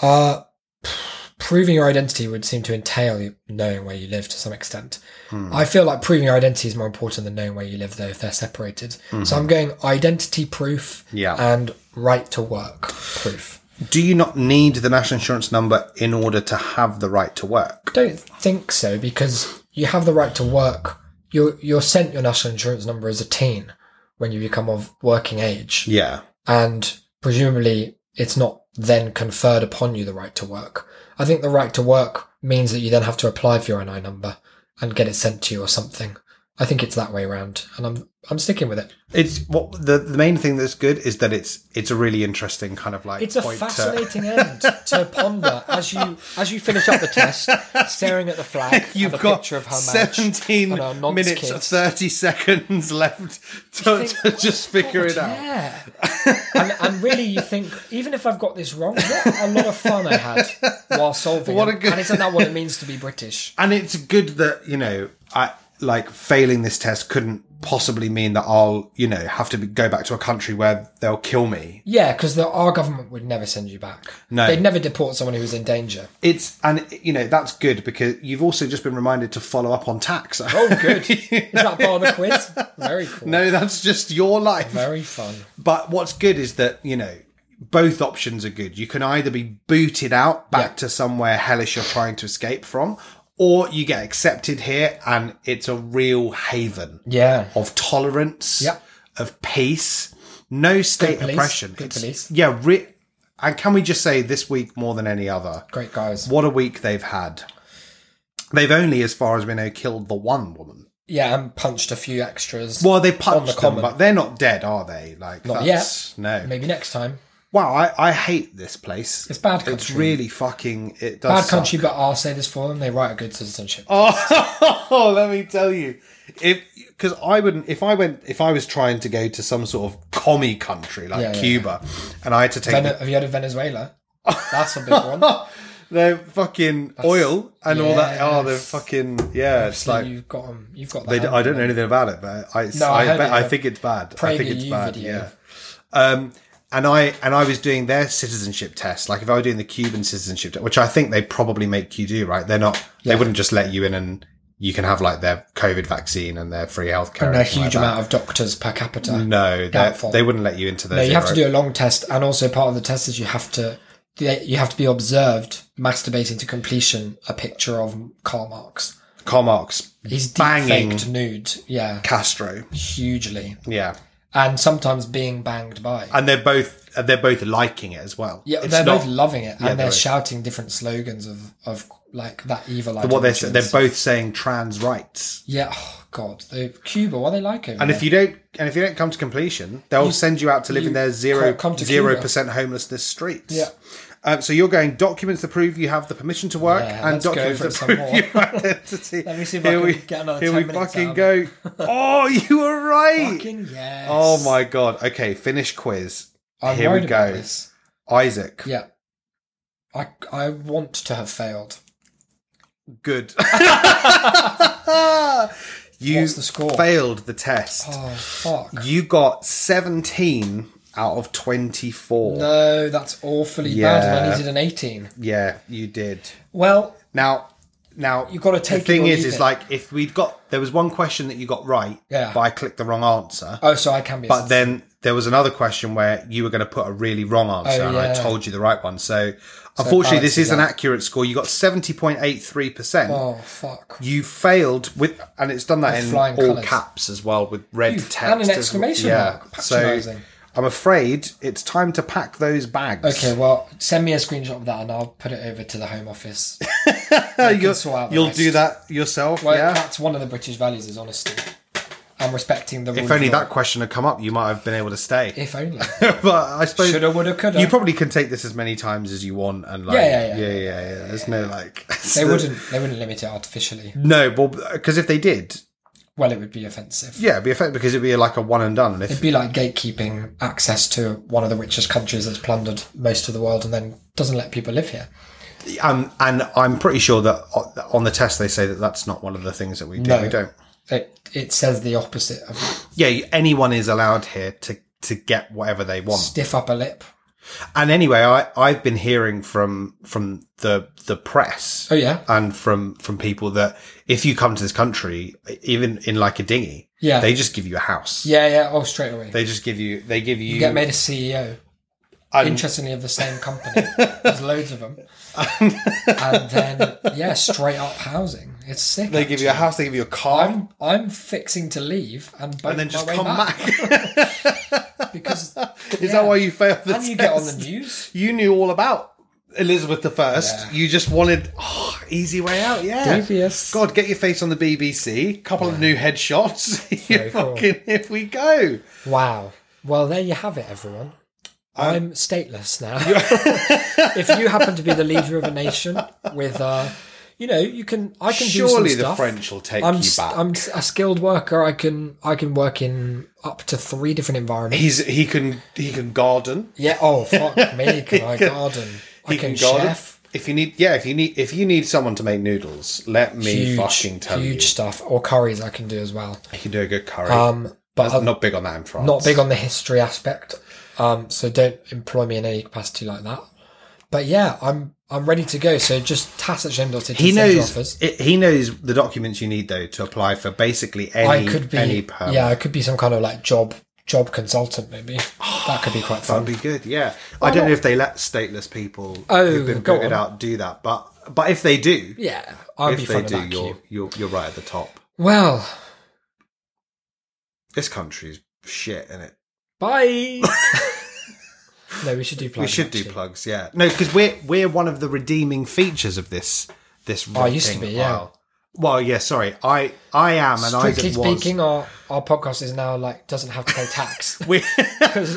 Speaker 1: Uh, p- proving your identity would seem to entail you knowing where you live to some extent. I feel like proving your identity is more important than knowing where you live, though, if they're separated. So I'm going identity proof
Speaker 2: Yeah.
Speaker 1: and right to work proof.
Speaker 2: Do you not need the national insurance number in order to have the right to work?
Speaker 1: Don't think so because you have the right to work. You're, you're sent your national insurance number as a teen when you become of working age.
Speaker 2: Yeah.
Speaker 1: and presumably it's not then conferred upon you the right to work. I think the right to work means that you then have to apply for your NI number and get it sent to you or something. I think it's that way around, and I'm I'm sticking with it.
Speaker 2: It's what the, the main thing that's good is that it's it's a really interesting kind of like
Speaker 1: It's a
Speaker 2: point uh, to-
Speaker 1: fascinating end to ponder as you as you finish up the test, staring at the flag.
Speaker 2: You've
Speaker 1: and a
Speaker 2: got
Speaker 1: picture of her match
Speaker 2: 17
Speaker 1: and her nonce
Speaker 2: minutes
Speaker 1: kids.
Speaker 2: or 30 seconds left to, to just figure it out.
Speaker 1: "Oh Yeah. and, and really, you think, even if I've got this wrong, what a lot of fun I had while solving
Speaker 2: What
Speaker 1: what
Speaker 2: a good-
Speaker 1: And isn't that what it means to be British?
Speaker 2: And it's good that, you know, I like failing this test couldn't possibly mean that I'll, you know, have to be, go back to a country where they'll kill me.
Speaker 1: Yeah, because our government would never send you back.
Speaker 2: No.
Speaker 1: They'd never deport someone who was in danger.
Speaker 2: It's and you know, that's good because you've also just been reminded to follow up on tax.
Speaker 1: Oh, good. Is that part of the quiz? Very cool.
Speaker 2: no, that's just your life.
Speaker 1: Very fun.
Speaker 2: But what's good is that, you know, both options are good. You can either be booted out back
Speaker 1: Yeah.
Speaker 2: to somewhere hellish you're trying to escape from, or you get accepted here and it's a real haven
Speaker 1: Yeah.
Speaker 2: of tolerance,
Speaker 1: Yeah.
Speaker 2: of peace, no state
Speaker 1: police,
Speaker 2: oppression.
Speaker 1: good police.
Speaker 2: Yeah. Re- and can we just say this week more than any other?
Speaker 1: Great guys.
Speaker 2: What a week they've had. They've only, as far as we know, killed the one woman.
Speaker 1: Yeah, and punched a few extras.
Speaker 2: Well, they punched them,
Speaker 1: common.
Speaker 2: but they're not dead, are they? Like,
Speaker 1: Not
Speaker 2: that's, no.
Speaker 1: Maybe next time.
Speaker 2: Wow, I, I hate this place.
Speaker 1: It's bad
Speaker 2: It's
Speaker 1: country.
Speaker 2: really fucking. It does.
Speaker 1: Bad
Speaker 2: suck.
Speaker 1: country, but I'll say this for them. They write a good citizenship.
Speaker 2: Oh, let me tell you, if because I wouldn't if I went if I was trying to go to some sort of commie country like
Speaker 1: Yeah, yeah,
Speaker 2: Cuba, and I had to take
Speaker 1: Vene- have you heard of Venezuela? That's a big one.
Speaker 2: the fucking oil and all that. Oh, the
Speaker 1: Yes.
Speaker 2: fucking yeah. It's
Speaker 1: So
Speaker 2: like
Speaker 1: you've got 'em. You've got that.
Speaker 2: they, d- I don't know anything about it, but I
Speaker 1: No, I
Speaker 2: I,
Speaker 1: heard
Speaker 2: bet,
Speaker 1: it in
Speaker 2: I
Speaker 1: a
Speaker 2: think it's bad. I
Speaker 1: Prager
Speaker 2: think it's
Speaker 1: U
Speaker 2: bad.
Speaker 1: video.
Speaker 2: Yeah. Um, and I and I was doing their citizenship test. Like if I were doing the Cuban citizenship, test, which I think they probably make you do, right? They're not. They wouldn't just let you in, and you can have like their COVID vaccine and their free healthcare.
Speaker 1: And a
Speaker 2: anything
Speaker 1: Oh, huge
Speaker 2: like
Speaker 1: amount of doctors per capita.
Speaker 2: That. No, they're-
Speaker 1: Doubtful.
Speaker 2: they wouldn't let you into their.
Speaker 1: No, you have to
Speaker 2: zero.
Speaker 1: do a long test, and also part of the test is you have to they, you have to be observed masturbating to completion a picture of Karl Marx.
Speaker 2: Karl Marx
Speaker 1: He's deep
Speaker 2: banging
Speaker 1: faked nude, yeah,
Speaker 2: Castro.
Speaker 1: hugely,
Speaker 2: Yeah,
Speaker 1: and sometimes being banged by.
Speaker 2: and they're both they're both liking it as well.
Speaker 1: yeah,
Speaker 2: It's
Speaker 1: they're
Speaker 2: not
Speaker 1: both loving it, and
Speaker 2: Yeah,
Speaker 1: they're
Speaker 2: they're-
Speaker 1: shouting different slogans of of like that evil.
Speaker 2: what they're
Speaker 1: ideology and
Speaker 2: they're
Speaker 1: stuff.
Speaker 2: both saying trans rights.
Speaker 1: Yeah, oh god, they Cuba. What are they like over
Speaker 2: And
Speaker 1: there?
Speaker 2: if you don't and if you don't come to completion, they'll send you out to live
Speaker 1: you
Speaker 2: in their zero
Speaker 1: can't come to
Speaker 2: zero
Speaker 1: Cuba.
Speaker 2: percent homelessness streets.
Speaker 1: Yeah.
Speaker 2: Um, so you're going documents that prove you have the permission to work
Speaker 1: Yeah,
Speaker 2: and
Speaker 1: let's go
Speaker 2: documents
Speaker 1: for
Speaker 2: that
Speaker 1: some
Speaker 2: prove
Speaker 1: more.
Speaker 2: your identity.
Speaker 1: Let me see if I can get another
Speaker 2: Here
Speaker 1: 10
Speaker 2: we
Speaker 1: minutes
Speaker 2: fucking
Speaker 1: out
Speaker 2: go. Oh, you were right.
Speaker 1: Fucking yes.
Speaker 2: Oh my god. Okay, finish quiz.
Speaker 1: I'm
Speaker 2: Here we
Speaker 1: worried about
Speaker 2: go.
Speaker 1: this.
Speaker 2: Isaac.
Speaker 1: Yeah. I I want to have failed.
Speaker 2: Good. you
Speaker 1: What's the score?
Speaker 2: failed the test.
Speaker 1: Oh fuck.
Speaker 2: You got 17 out of 24.
Speaker 1: No, that's awfully bad, and I
Speaker 2: Yeah.
Speaker 1: needed an 18.
Speaker 2: Yeah, you did.
Speaker 1: Well,
Speaker 2: Now, now
Speaker 1: You've gotta take
Speaker 2: the
Speaker 1: it
Speaker 2: thing
Speaker 1: or
Speaker 2: is,
Speaker 1: leave
Speaker 2: is
Speaker 1: it.
Speaker 2: like if we'd got there was one question that you got right,
Speaker 1: Yeah.
Speaker 2: but I clicked the wrong answer.
Speaker 1: oh, so I can be. a
Speaker 2: but
Speaker 1: citizen.
Speaker 2: then there was another question where you were going to put a really wrong answer,
Speaker 1: Oh,
Speaker 2: and I
Speaker 1: yeah.
Speaker 2: told you the right one. So, unfortunately, this
Speaker 1: balances
Speaker 2: is an
Speaker 1: out.
Speaker 2: accurate score. You got seventy point eight three percent.
Speaker 1: oh fuck.
Speaker 2: You failed with, and it's done that
Speaker 1: With
Speaker 2: in all
Speaker 1: flying colours.
Speaker 2: caps as well with red
Speaker 1: You've-
Speaker 2: text
Speaker 1: and an
Speaker 2: as well.
Speaker 1: exclamation mark.
Speaker 2: So
Speaker 1: Patronising.
Speaker 2: I'm afraid it's time to pack those bags.
Speaker 1: Okay, well, send me a screenshot of that, and I'll put it over to the Home Office.
Speaker 2: you'll,
Speaker 1: sort out the
Speaker 2: you'll
Speaker 1: rest.
Speaker 2: do that yourself.
Speaker 1: Well,
Speaker 2: yeah.
Speaker 1: that's one of the British values is honesty and respecting the. rule
Speaker 2: If
Speaker 1: of
Speaker 2: only
Speaker 1: law.
Speaker 2: that question had come up, you might have been able to stay.
Speaker 1: If only.
Speaker 2: but I suppose
Speaker 1: Shoulda, woulda, coulda.
Speaker 2: You probably can take this as many times as you want, and like,
Speaker 1: Yeah, yeah, yeah.
Speaker 2: yeah, yeah. There's no like
Speaker 1: They wouldn't. They wouldn't limit it artificially.
Speaker 2: No, well, because if they did,
Speaker 1: Well, it would be offensive.
Speaker 2: yeah, it'd be effective because it'd be like a one and done. And if
Speaker 1: It'd be like gatekeeping access to one of the richest countries that's plundered most of the world and then doesn't let people live here.
Speaker 2: um, and I'm pretty sure that o- on the test they say that that's not one of the things that we do.
Speaker 1: No.
Speaker 2: We don't.
Speaker 1: It, it says the opposite of
Speaker 2: Yeah, anyone is allowed here to to get whatever they want.
Speaker 1: stiff upper lip.
Speaker 2: And anyway, I I've been hearing from from the the press.
Speaker 1: Oh yeah,
Speaker 2: and from from people that if you come to this country, even in like a dinghy,
Speaker 1: Yeah.
Speaker 2: they just give you a house.
Speaker 1: yeah, yeah. Oh, straight away.
Speaker 2: They just give you. They give you.
Speaker 1: you get made a CEO.
Speaker 2: and-
Speaker 1: Interestingly, of the same company. There's loads of them. and then yeah, straight up housing. It's sick.
Speaker 2: they give you a
Speaker 1: actually.
Speaker 2: house. They give you a car,
Speaker 1: I'm I'm fixing to leave and boat
Speaker 2: and then just
Speaker 1: my way
Speaker 2: come
Speaker 1: back,
Speaker 2: back.
Speaker 1: because
Speaker 2: Is that why you failed? The
Speaker 1: and you get on the
Speaker 2: test?
Speaker 1: news.
Speaker 2: You knew all about Elizabeth the First.
Speaker 1: Yeah.
Speaker 2: You just wanted oh, easy way out. Yeah.
Speaker 1: Devious.
Speaker 2: God, get your face on the BBC. Couple of new headshots. you
Speaker 1: Very cool.
Speaker 2: fucking. If we go.
Speaker 1: Wow. Well, there you have it, everyone. I'm stateless now. if you happen to be the leader of a nation with, uh, you know, you can, I can do
Speaker 2: Surely
Speaker 1: some
Speaker 2: the
Speaker 1: stuff.
Speaker 2: French will take
Speaker 1: I'm,
Speaker 2: you
Speaker 1: s-
Speaker 2: back.
Speaker 1: I'm s- a skilled worker. I can, I can work in up to three different environments.
Speaker 2: He's he can he can garden.
Speaker 1: Yeah. Oh fuck me! Can I garden? I
Speaker 2: he
Speaker 1: can,
Speaker 2: can, garden.
Speaker 1: chef.
Speaker 2: If you need, yeah, if you need, if you need someone to make noodles, let me
Speaker 1: Huge,
Speaker 2: fucking tell
Speaker 1: huge stuff or curries I can do as well.
Speaker 2: you, you can do a good curry.
Speaker 1: Um, but
Speaker 2: I'm
Speaker 1: I'm
Speaker 2: not big on that in France.
Speaker 1: not big on the history aspect. Um, so don't employ me in any capacity like that. But yeah, I'm I'm ready to go. So just tacit Shendor
Speaker 2: He knows.
Speaker 1: offers.
Speaker 2: It, he knows the documents you need though to apply for basically any
Speaker 1: I could be
Speaker 2: any permit.
Speaker 1: yeah, I could be some kind of like job job consultant maybe. that could be quite fun.
Speaker 2: that'd be good. Yeah, I don't know if they let stateless people
Speaker 1: Oh,
Speaker 2: who've been
Speaker 1: go
Speaker 2: booted
Speaker 1: on.
Speaker 2: out do that, but but if they do,
Speaker 1: Yeah, I'd be
Speaker 2: if they
Speaker 1: fun
Speaker 2: do,
Speaker 1: about
Speaker 2: you're,
Speaker 1: you.
Speaker 2: you're you're right at the top.
Speaker 1: Well,
Speaker 2: This country's shit, and it
Speaker 1: bye. no, we should do.
Speaker 2: we
Speaker 1: plugging,
Speaker 2: should do
Speaker 1: actually.
Speaker 2: plugs, yeah. No, because we're we're one of the redeeming features of this this.
Speaker 1: Oh, I used to
Speaker 2: rotting
Speaker 1: be, yeah.
Speaker 2: pile. Well, yeah. Sorry, I I am, and I
Speaker 1: Strictly
Speaker 2: was.
Speaker 1: speaking, our our podcast is now like doesn't have to pay tax.
Speaker 2: we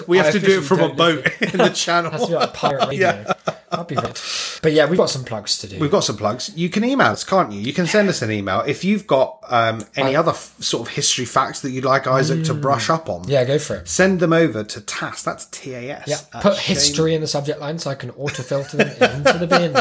Speaker 2: we have
Speaker 1: I
Speaker 2: to do it
Speaker 1: officially
Speaker 2: from a
Speaker 1: don't live
Speaker 2: boat in the
Speaker 1: Has to be
Speaker 2: channel.
Speaker 1: like pirate radio. That'd be good. But yeah, we've got some plugs to do.
Speaker 2: We've got some plugs. You can email us, can't you? You can send us an email if you've got um, any other f- sort of history facts that you'd like Isaac to brush up on.
Speaker 1: Mm. yeah, go for it.
Speaker 2: Send them over to TAS. That's T A S.
Speaker 1: Yeah,
Speaker 2: at
Speaker 1: put
Speaker 2: Shane-
Speaker 1: history in the subject line so I can auto filter them into the bin.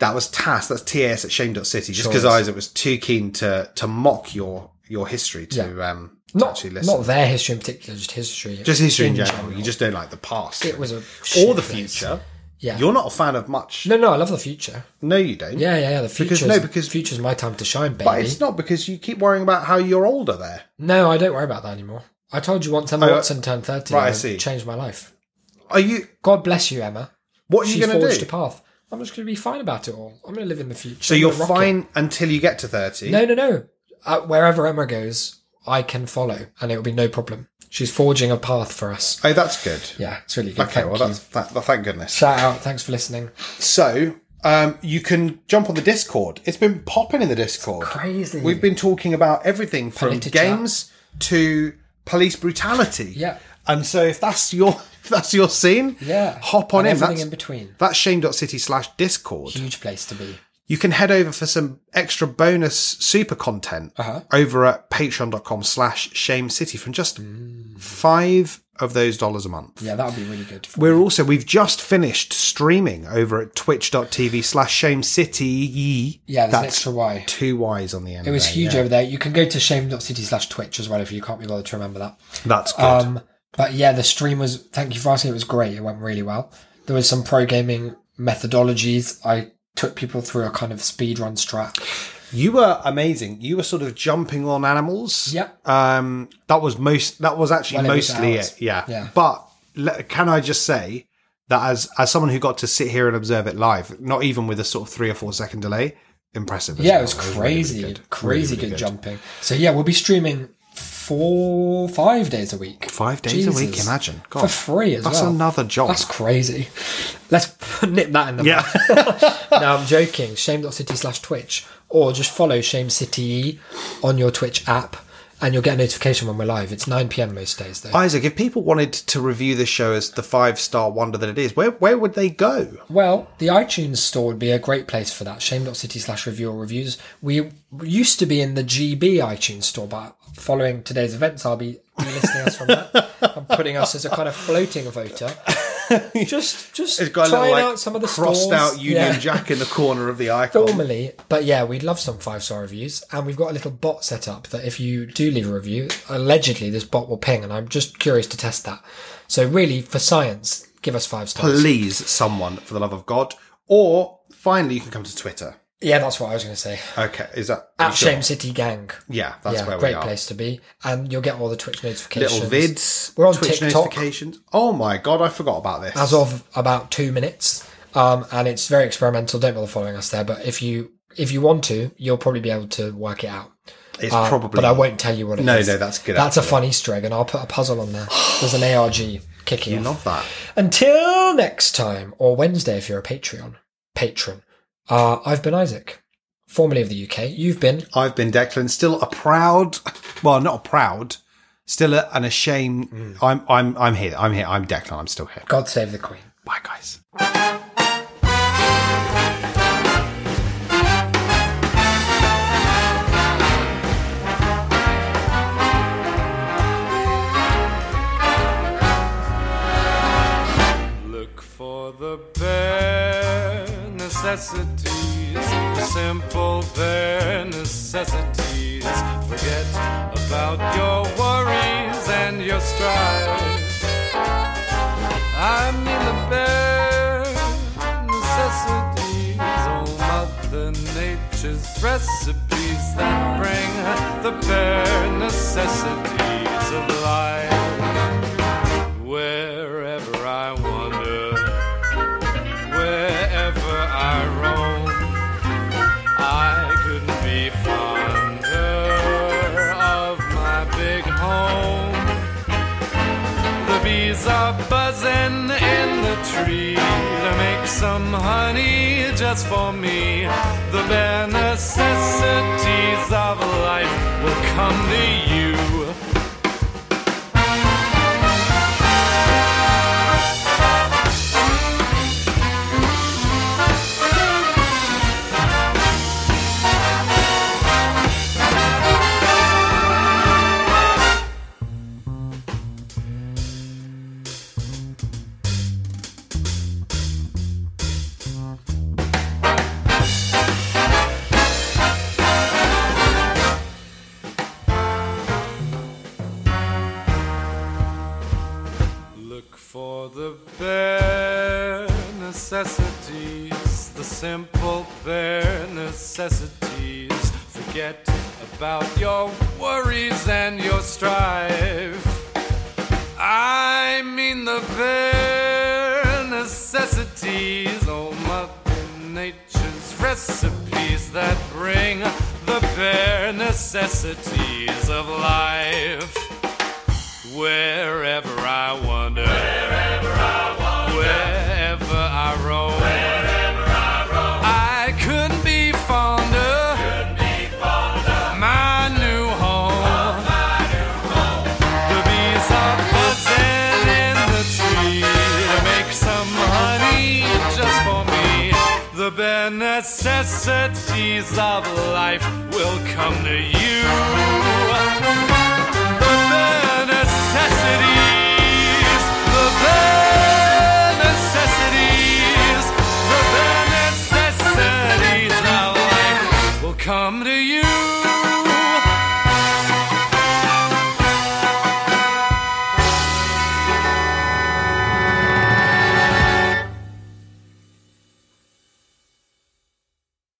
Speaker 2: That was TAS. That's T A S at shame.city. Just
Speaker 1: Sure
Speaker 2: because
Speaker 1: is.
Speaker 2: Isaac was too keen to to mock your your history to um to
Speaker 1: Not,
Speaker 2: actually listen.
Speaker 1: not their history in particular, just history.
Speaker 2: Just history in, general. You just don't like the past.
Speaker 1: It was a
Speaker 2: or
Speaker 1: shit
Speaker 2: the
Speaker 1: place.
Speaker 2: future.
Speaker 1: Yeah.
Speaker 2: You're not a fan of much. No,
Speaker 1: No, no, I love the future.
Speaker 2: you don't.
Speaker 1: Yeah, yeah, yeah. The
Speaker 2: Because-
Speaker 1: future's,
Speaker 2: no, because-
Speaker 1: future's my time to shine, baby.
Speaker 2: But it's not because you keep worrying about how you're older there.
Speaker 1: No, I don't worry about that anymore. I told you once Emma
Speaker 2: Oh,
Speaker 1: Watson turned 30.
Speaker 2: right, I
Speaker 1: and it
Speaker 2: see.
Speaker 1: Changed my life.
Speaker 2: Are you
Speaker 1: God bless you, Emma.
Speaker 2: What are
Speaker 1: she
Speaker 2: you going to
Speaker 1: forged
Speaker 2: do?
Speaker 1: a path. I'm just going to be fine about it all. I'm going to live in the future.
Speaker 2: So
Speaker 1: I'm
Speaker 2: you're
Speaker 1: gonna rock it.
Speaker 2: fine until you get to 30.
Speaker 1: No, no, no. Uh, wherever Emma goes, I can follow, and it will be no problem. She's forging a path for us.
Speaker 2: Oh, that's good.
Speaker 1: Yeah, it's really good.
Speaker 2: okay,
Speaker 1: Thank
Speaker 2: well,
Speaker 1: you.
Speaker 2: that's, that, that- thank goodness.
Speaker 1: Shout out. Thanks for listening.
Speaker 2: So um, you can jump on the Discord. It's been popping in the Discord.
Speaker 1: Crazy.
Speaker 2: We've been talking about everything from
Speaker 1: Politicha.
Speaker 2: games to police brutality.
Speaker 1: Yeah.
Speaker 2: And so if that's your if that's your scene,
Speaker 1: Yeah.
Speaker 2: hop on
Speaker 1: and
Speaker 2: in.
Speaker 1: Everything
Speaker 2: That's,
Speaker 1: in between.
Speaker 2: that's shame.city slash discord.
Speaker 1: Huge place to be.
Speaker 2: you can head over for some extra bonus super content
Speaker 1: Uh-huh.
Speaker 2: over at patreon.com slash shame city from just five of those dollars a month
Speaker 1: Yeah, that would be really good.
Speaker 2: we're also we've just finished streaming over at twitch.tv slash shame city
Speaker 1: Yeah, there's an
Speaker 2: that's
Speaker 1: extra Y.
Speaker 2: two y's on the end
Speaker 1: It was
Speaker 2: there,
Speaker 1: huge
Speaker 2: yeah.
Speaker 1: over there. You can go to shame.city slash Twitch as well if you can't be bothered to remember that.
Speaker 2: that's good
Speaker 1: Um, but yeah, the stream was. Thank you for asking. It was great. It went really well. There was some pro gaming methodologies. I took people through a kind of speedrun strat.
Speaker 2: you were amazing you were sort of jumping on animals
Speaker 1: Yep.
Speaker 2: um that was most that was actually
Speaker 1: Well, it was
Speaker 2: mostly
Speaker 1: ours.
Speaker 2: it yeah,
Speaker 1: Yeah.
Speaker 2: but le- can i just say that as as someone who got to sit here and observe it live not even with a sort of three or four second delay impressive as
Speaker 1: Yeah,
Speaker 2: well.
Speaker 1: it was
Speaker 2: really, really
Speaker 1: crazy,
Speaker 2: good.
Speaker 1: crazy
Speaker 2: Really, really
Speaker 1: good, jumping. So yeah, we'll be streaming four, five days a week,
Speaker 2: five days a week
Speaker 1: Jesus.
Speaker 2: imagine God,
Speaker 1: for free as
Speaker 2: that's
Speaker 1: well.
Speaker 2: another job
Speaker 1: That's crazy. Let's nip that in the
Speaker 2: yeah
Speaker 1: No, I'm joking. Shame.city slash Twitch. Or just follow Shame City on your Twitch app and you'll get a notification when we're live. It's 9 pm most days, though.
Speaker 2: Isaac, if people wanted to review the show as the five star wonder that it is, where where would they go?
Speaker 1: well, the iTunes store would be a great place for that. Shame.city slash review or reviews. We used to be in the GB iTunes store, but following today's events, I'll be delisting us from that. I'm putting us as a kind of floating voter. Just, just trying out some of the
Speaker 2: crossed
Speaker 1: stores.
Speaker 2: out Union
Speaker 1: Yeah.
Speaker 2: Jack in the corner of the icon.
Speaker 1: Normally, but yeah, we'd love some five star reviews, and we've got a little bot set up that if you do leave a review, allegedly this bot will ping, and I'm just curious to test that. So really, for science, give us five stars.
Speaker 2: Please, someone, for the love of God. Or finally, you can come to Twitter.
Speaker 1: Yeah, that's what I was going to say.
Speaker 2: Okay, is that
Speaker 1: At
Speaker 2: you sure?
Speaker 1: Shame City Gang.
Speaker 2: Yeah, that's
Speaker 1: yeah,
Speaker 2: where
Speaker 1: great
Speaker 2: we are.
Speaker 1: place to be, and you'll get all the Twitch notifications.
Speaker 2: Little vids.
Speaker 1: We're on
Speaker 2: Twitch
Speaker 1: TikTok.
Speaker 2: notifications. Oh my God, I forgot about this.
Speaker 1: as of about two minutes, um, and it's very experimental. Don't bother following us there, but if you if you want to, you'll probably be able to work it out.
Speaker 2: it's
Speaker 1: Uh,
Speaker 2: probably.
Speaker 1: But I won't tell you what it is.
Speaker 2: No, no, that's good,
Speaker 1: That's a
Speaker 2: actually.
Speaker 1: fun Easter egg, and I'll put a puzzle on there. There's an ARG kicking
Speaker 2: You
Speaker 1: off.
Speaker 2: love that.
Speaker 1: Until next time, or Wednesday if you're a Patreon patron. Uh, I've been Isaac, formerly of the UK. You've been
Speaker 2: I've been Declan, still a proud, well, not a proud, still a, an ashamed.
Speaker 1: Mm.
Speaker 2: I'm, I'm, I'm here. I'm here. I'm Declan. I'm still here.
Speaker 1: God Save the Queen.
Speaker 2: Bye, guys.
Speaker 3: Look for the bare necessities, the simple bare necessities. Forget about your worries and your strife. I mean the bare necessities, oh Mother Nature's recipes that bring the bare necessities of life. Wherever I wander, wherever I roam, I couldn't be fonder of my big home. The bees are buzzing in the tree to make some honey just for me. The bare necessities of life will come to you. Look for the bare necessities, the simple bare necessities. Forget about your worries and your strife. I mean the bare necessities. necessities. Oh, Mother Nature's recipes that bring the bare necessities of life. Wherever I wander, wherever I wander, wherever I roam, wherever I roam, I couldn't be fonder. Couldn't be fonder. My new home. The bees are buzzing in the tree to make some honey just for me. The bare necessities of life will come to you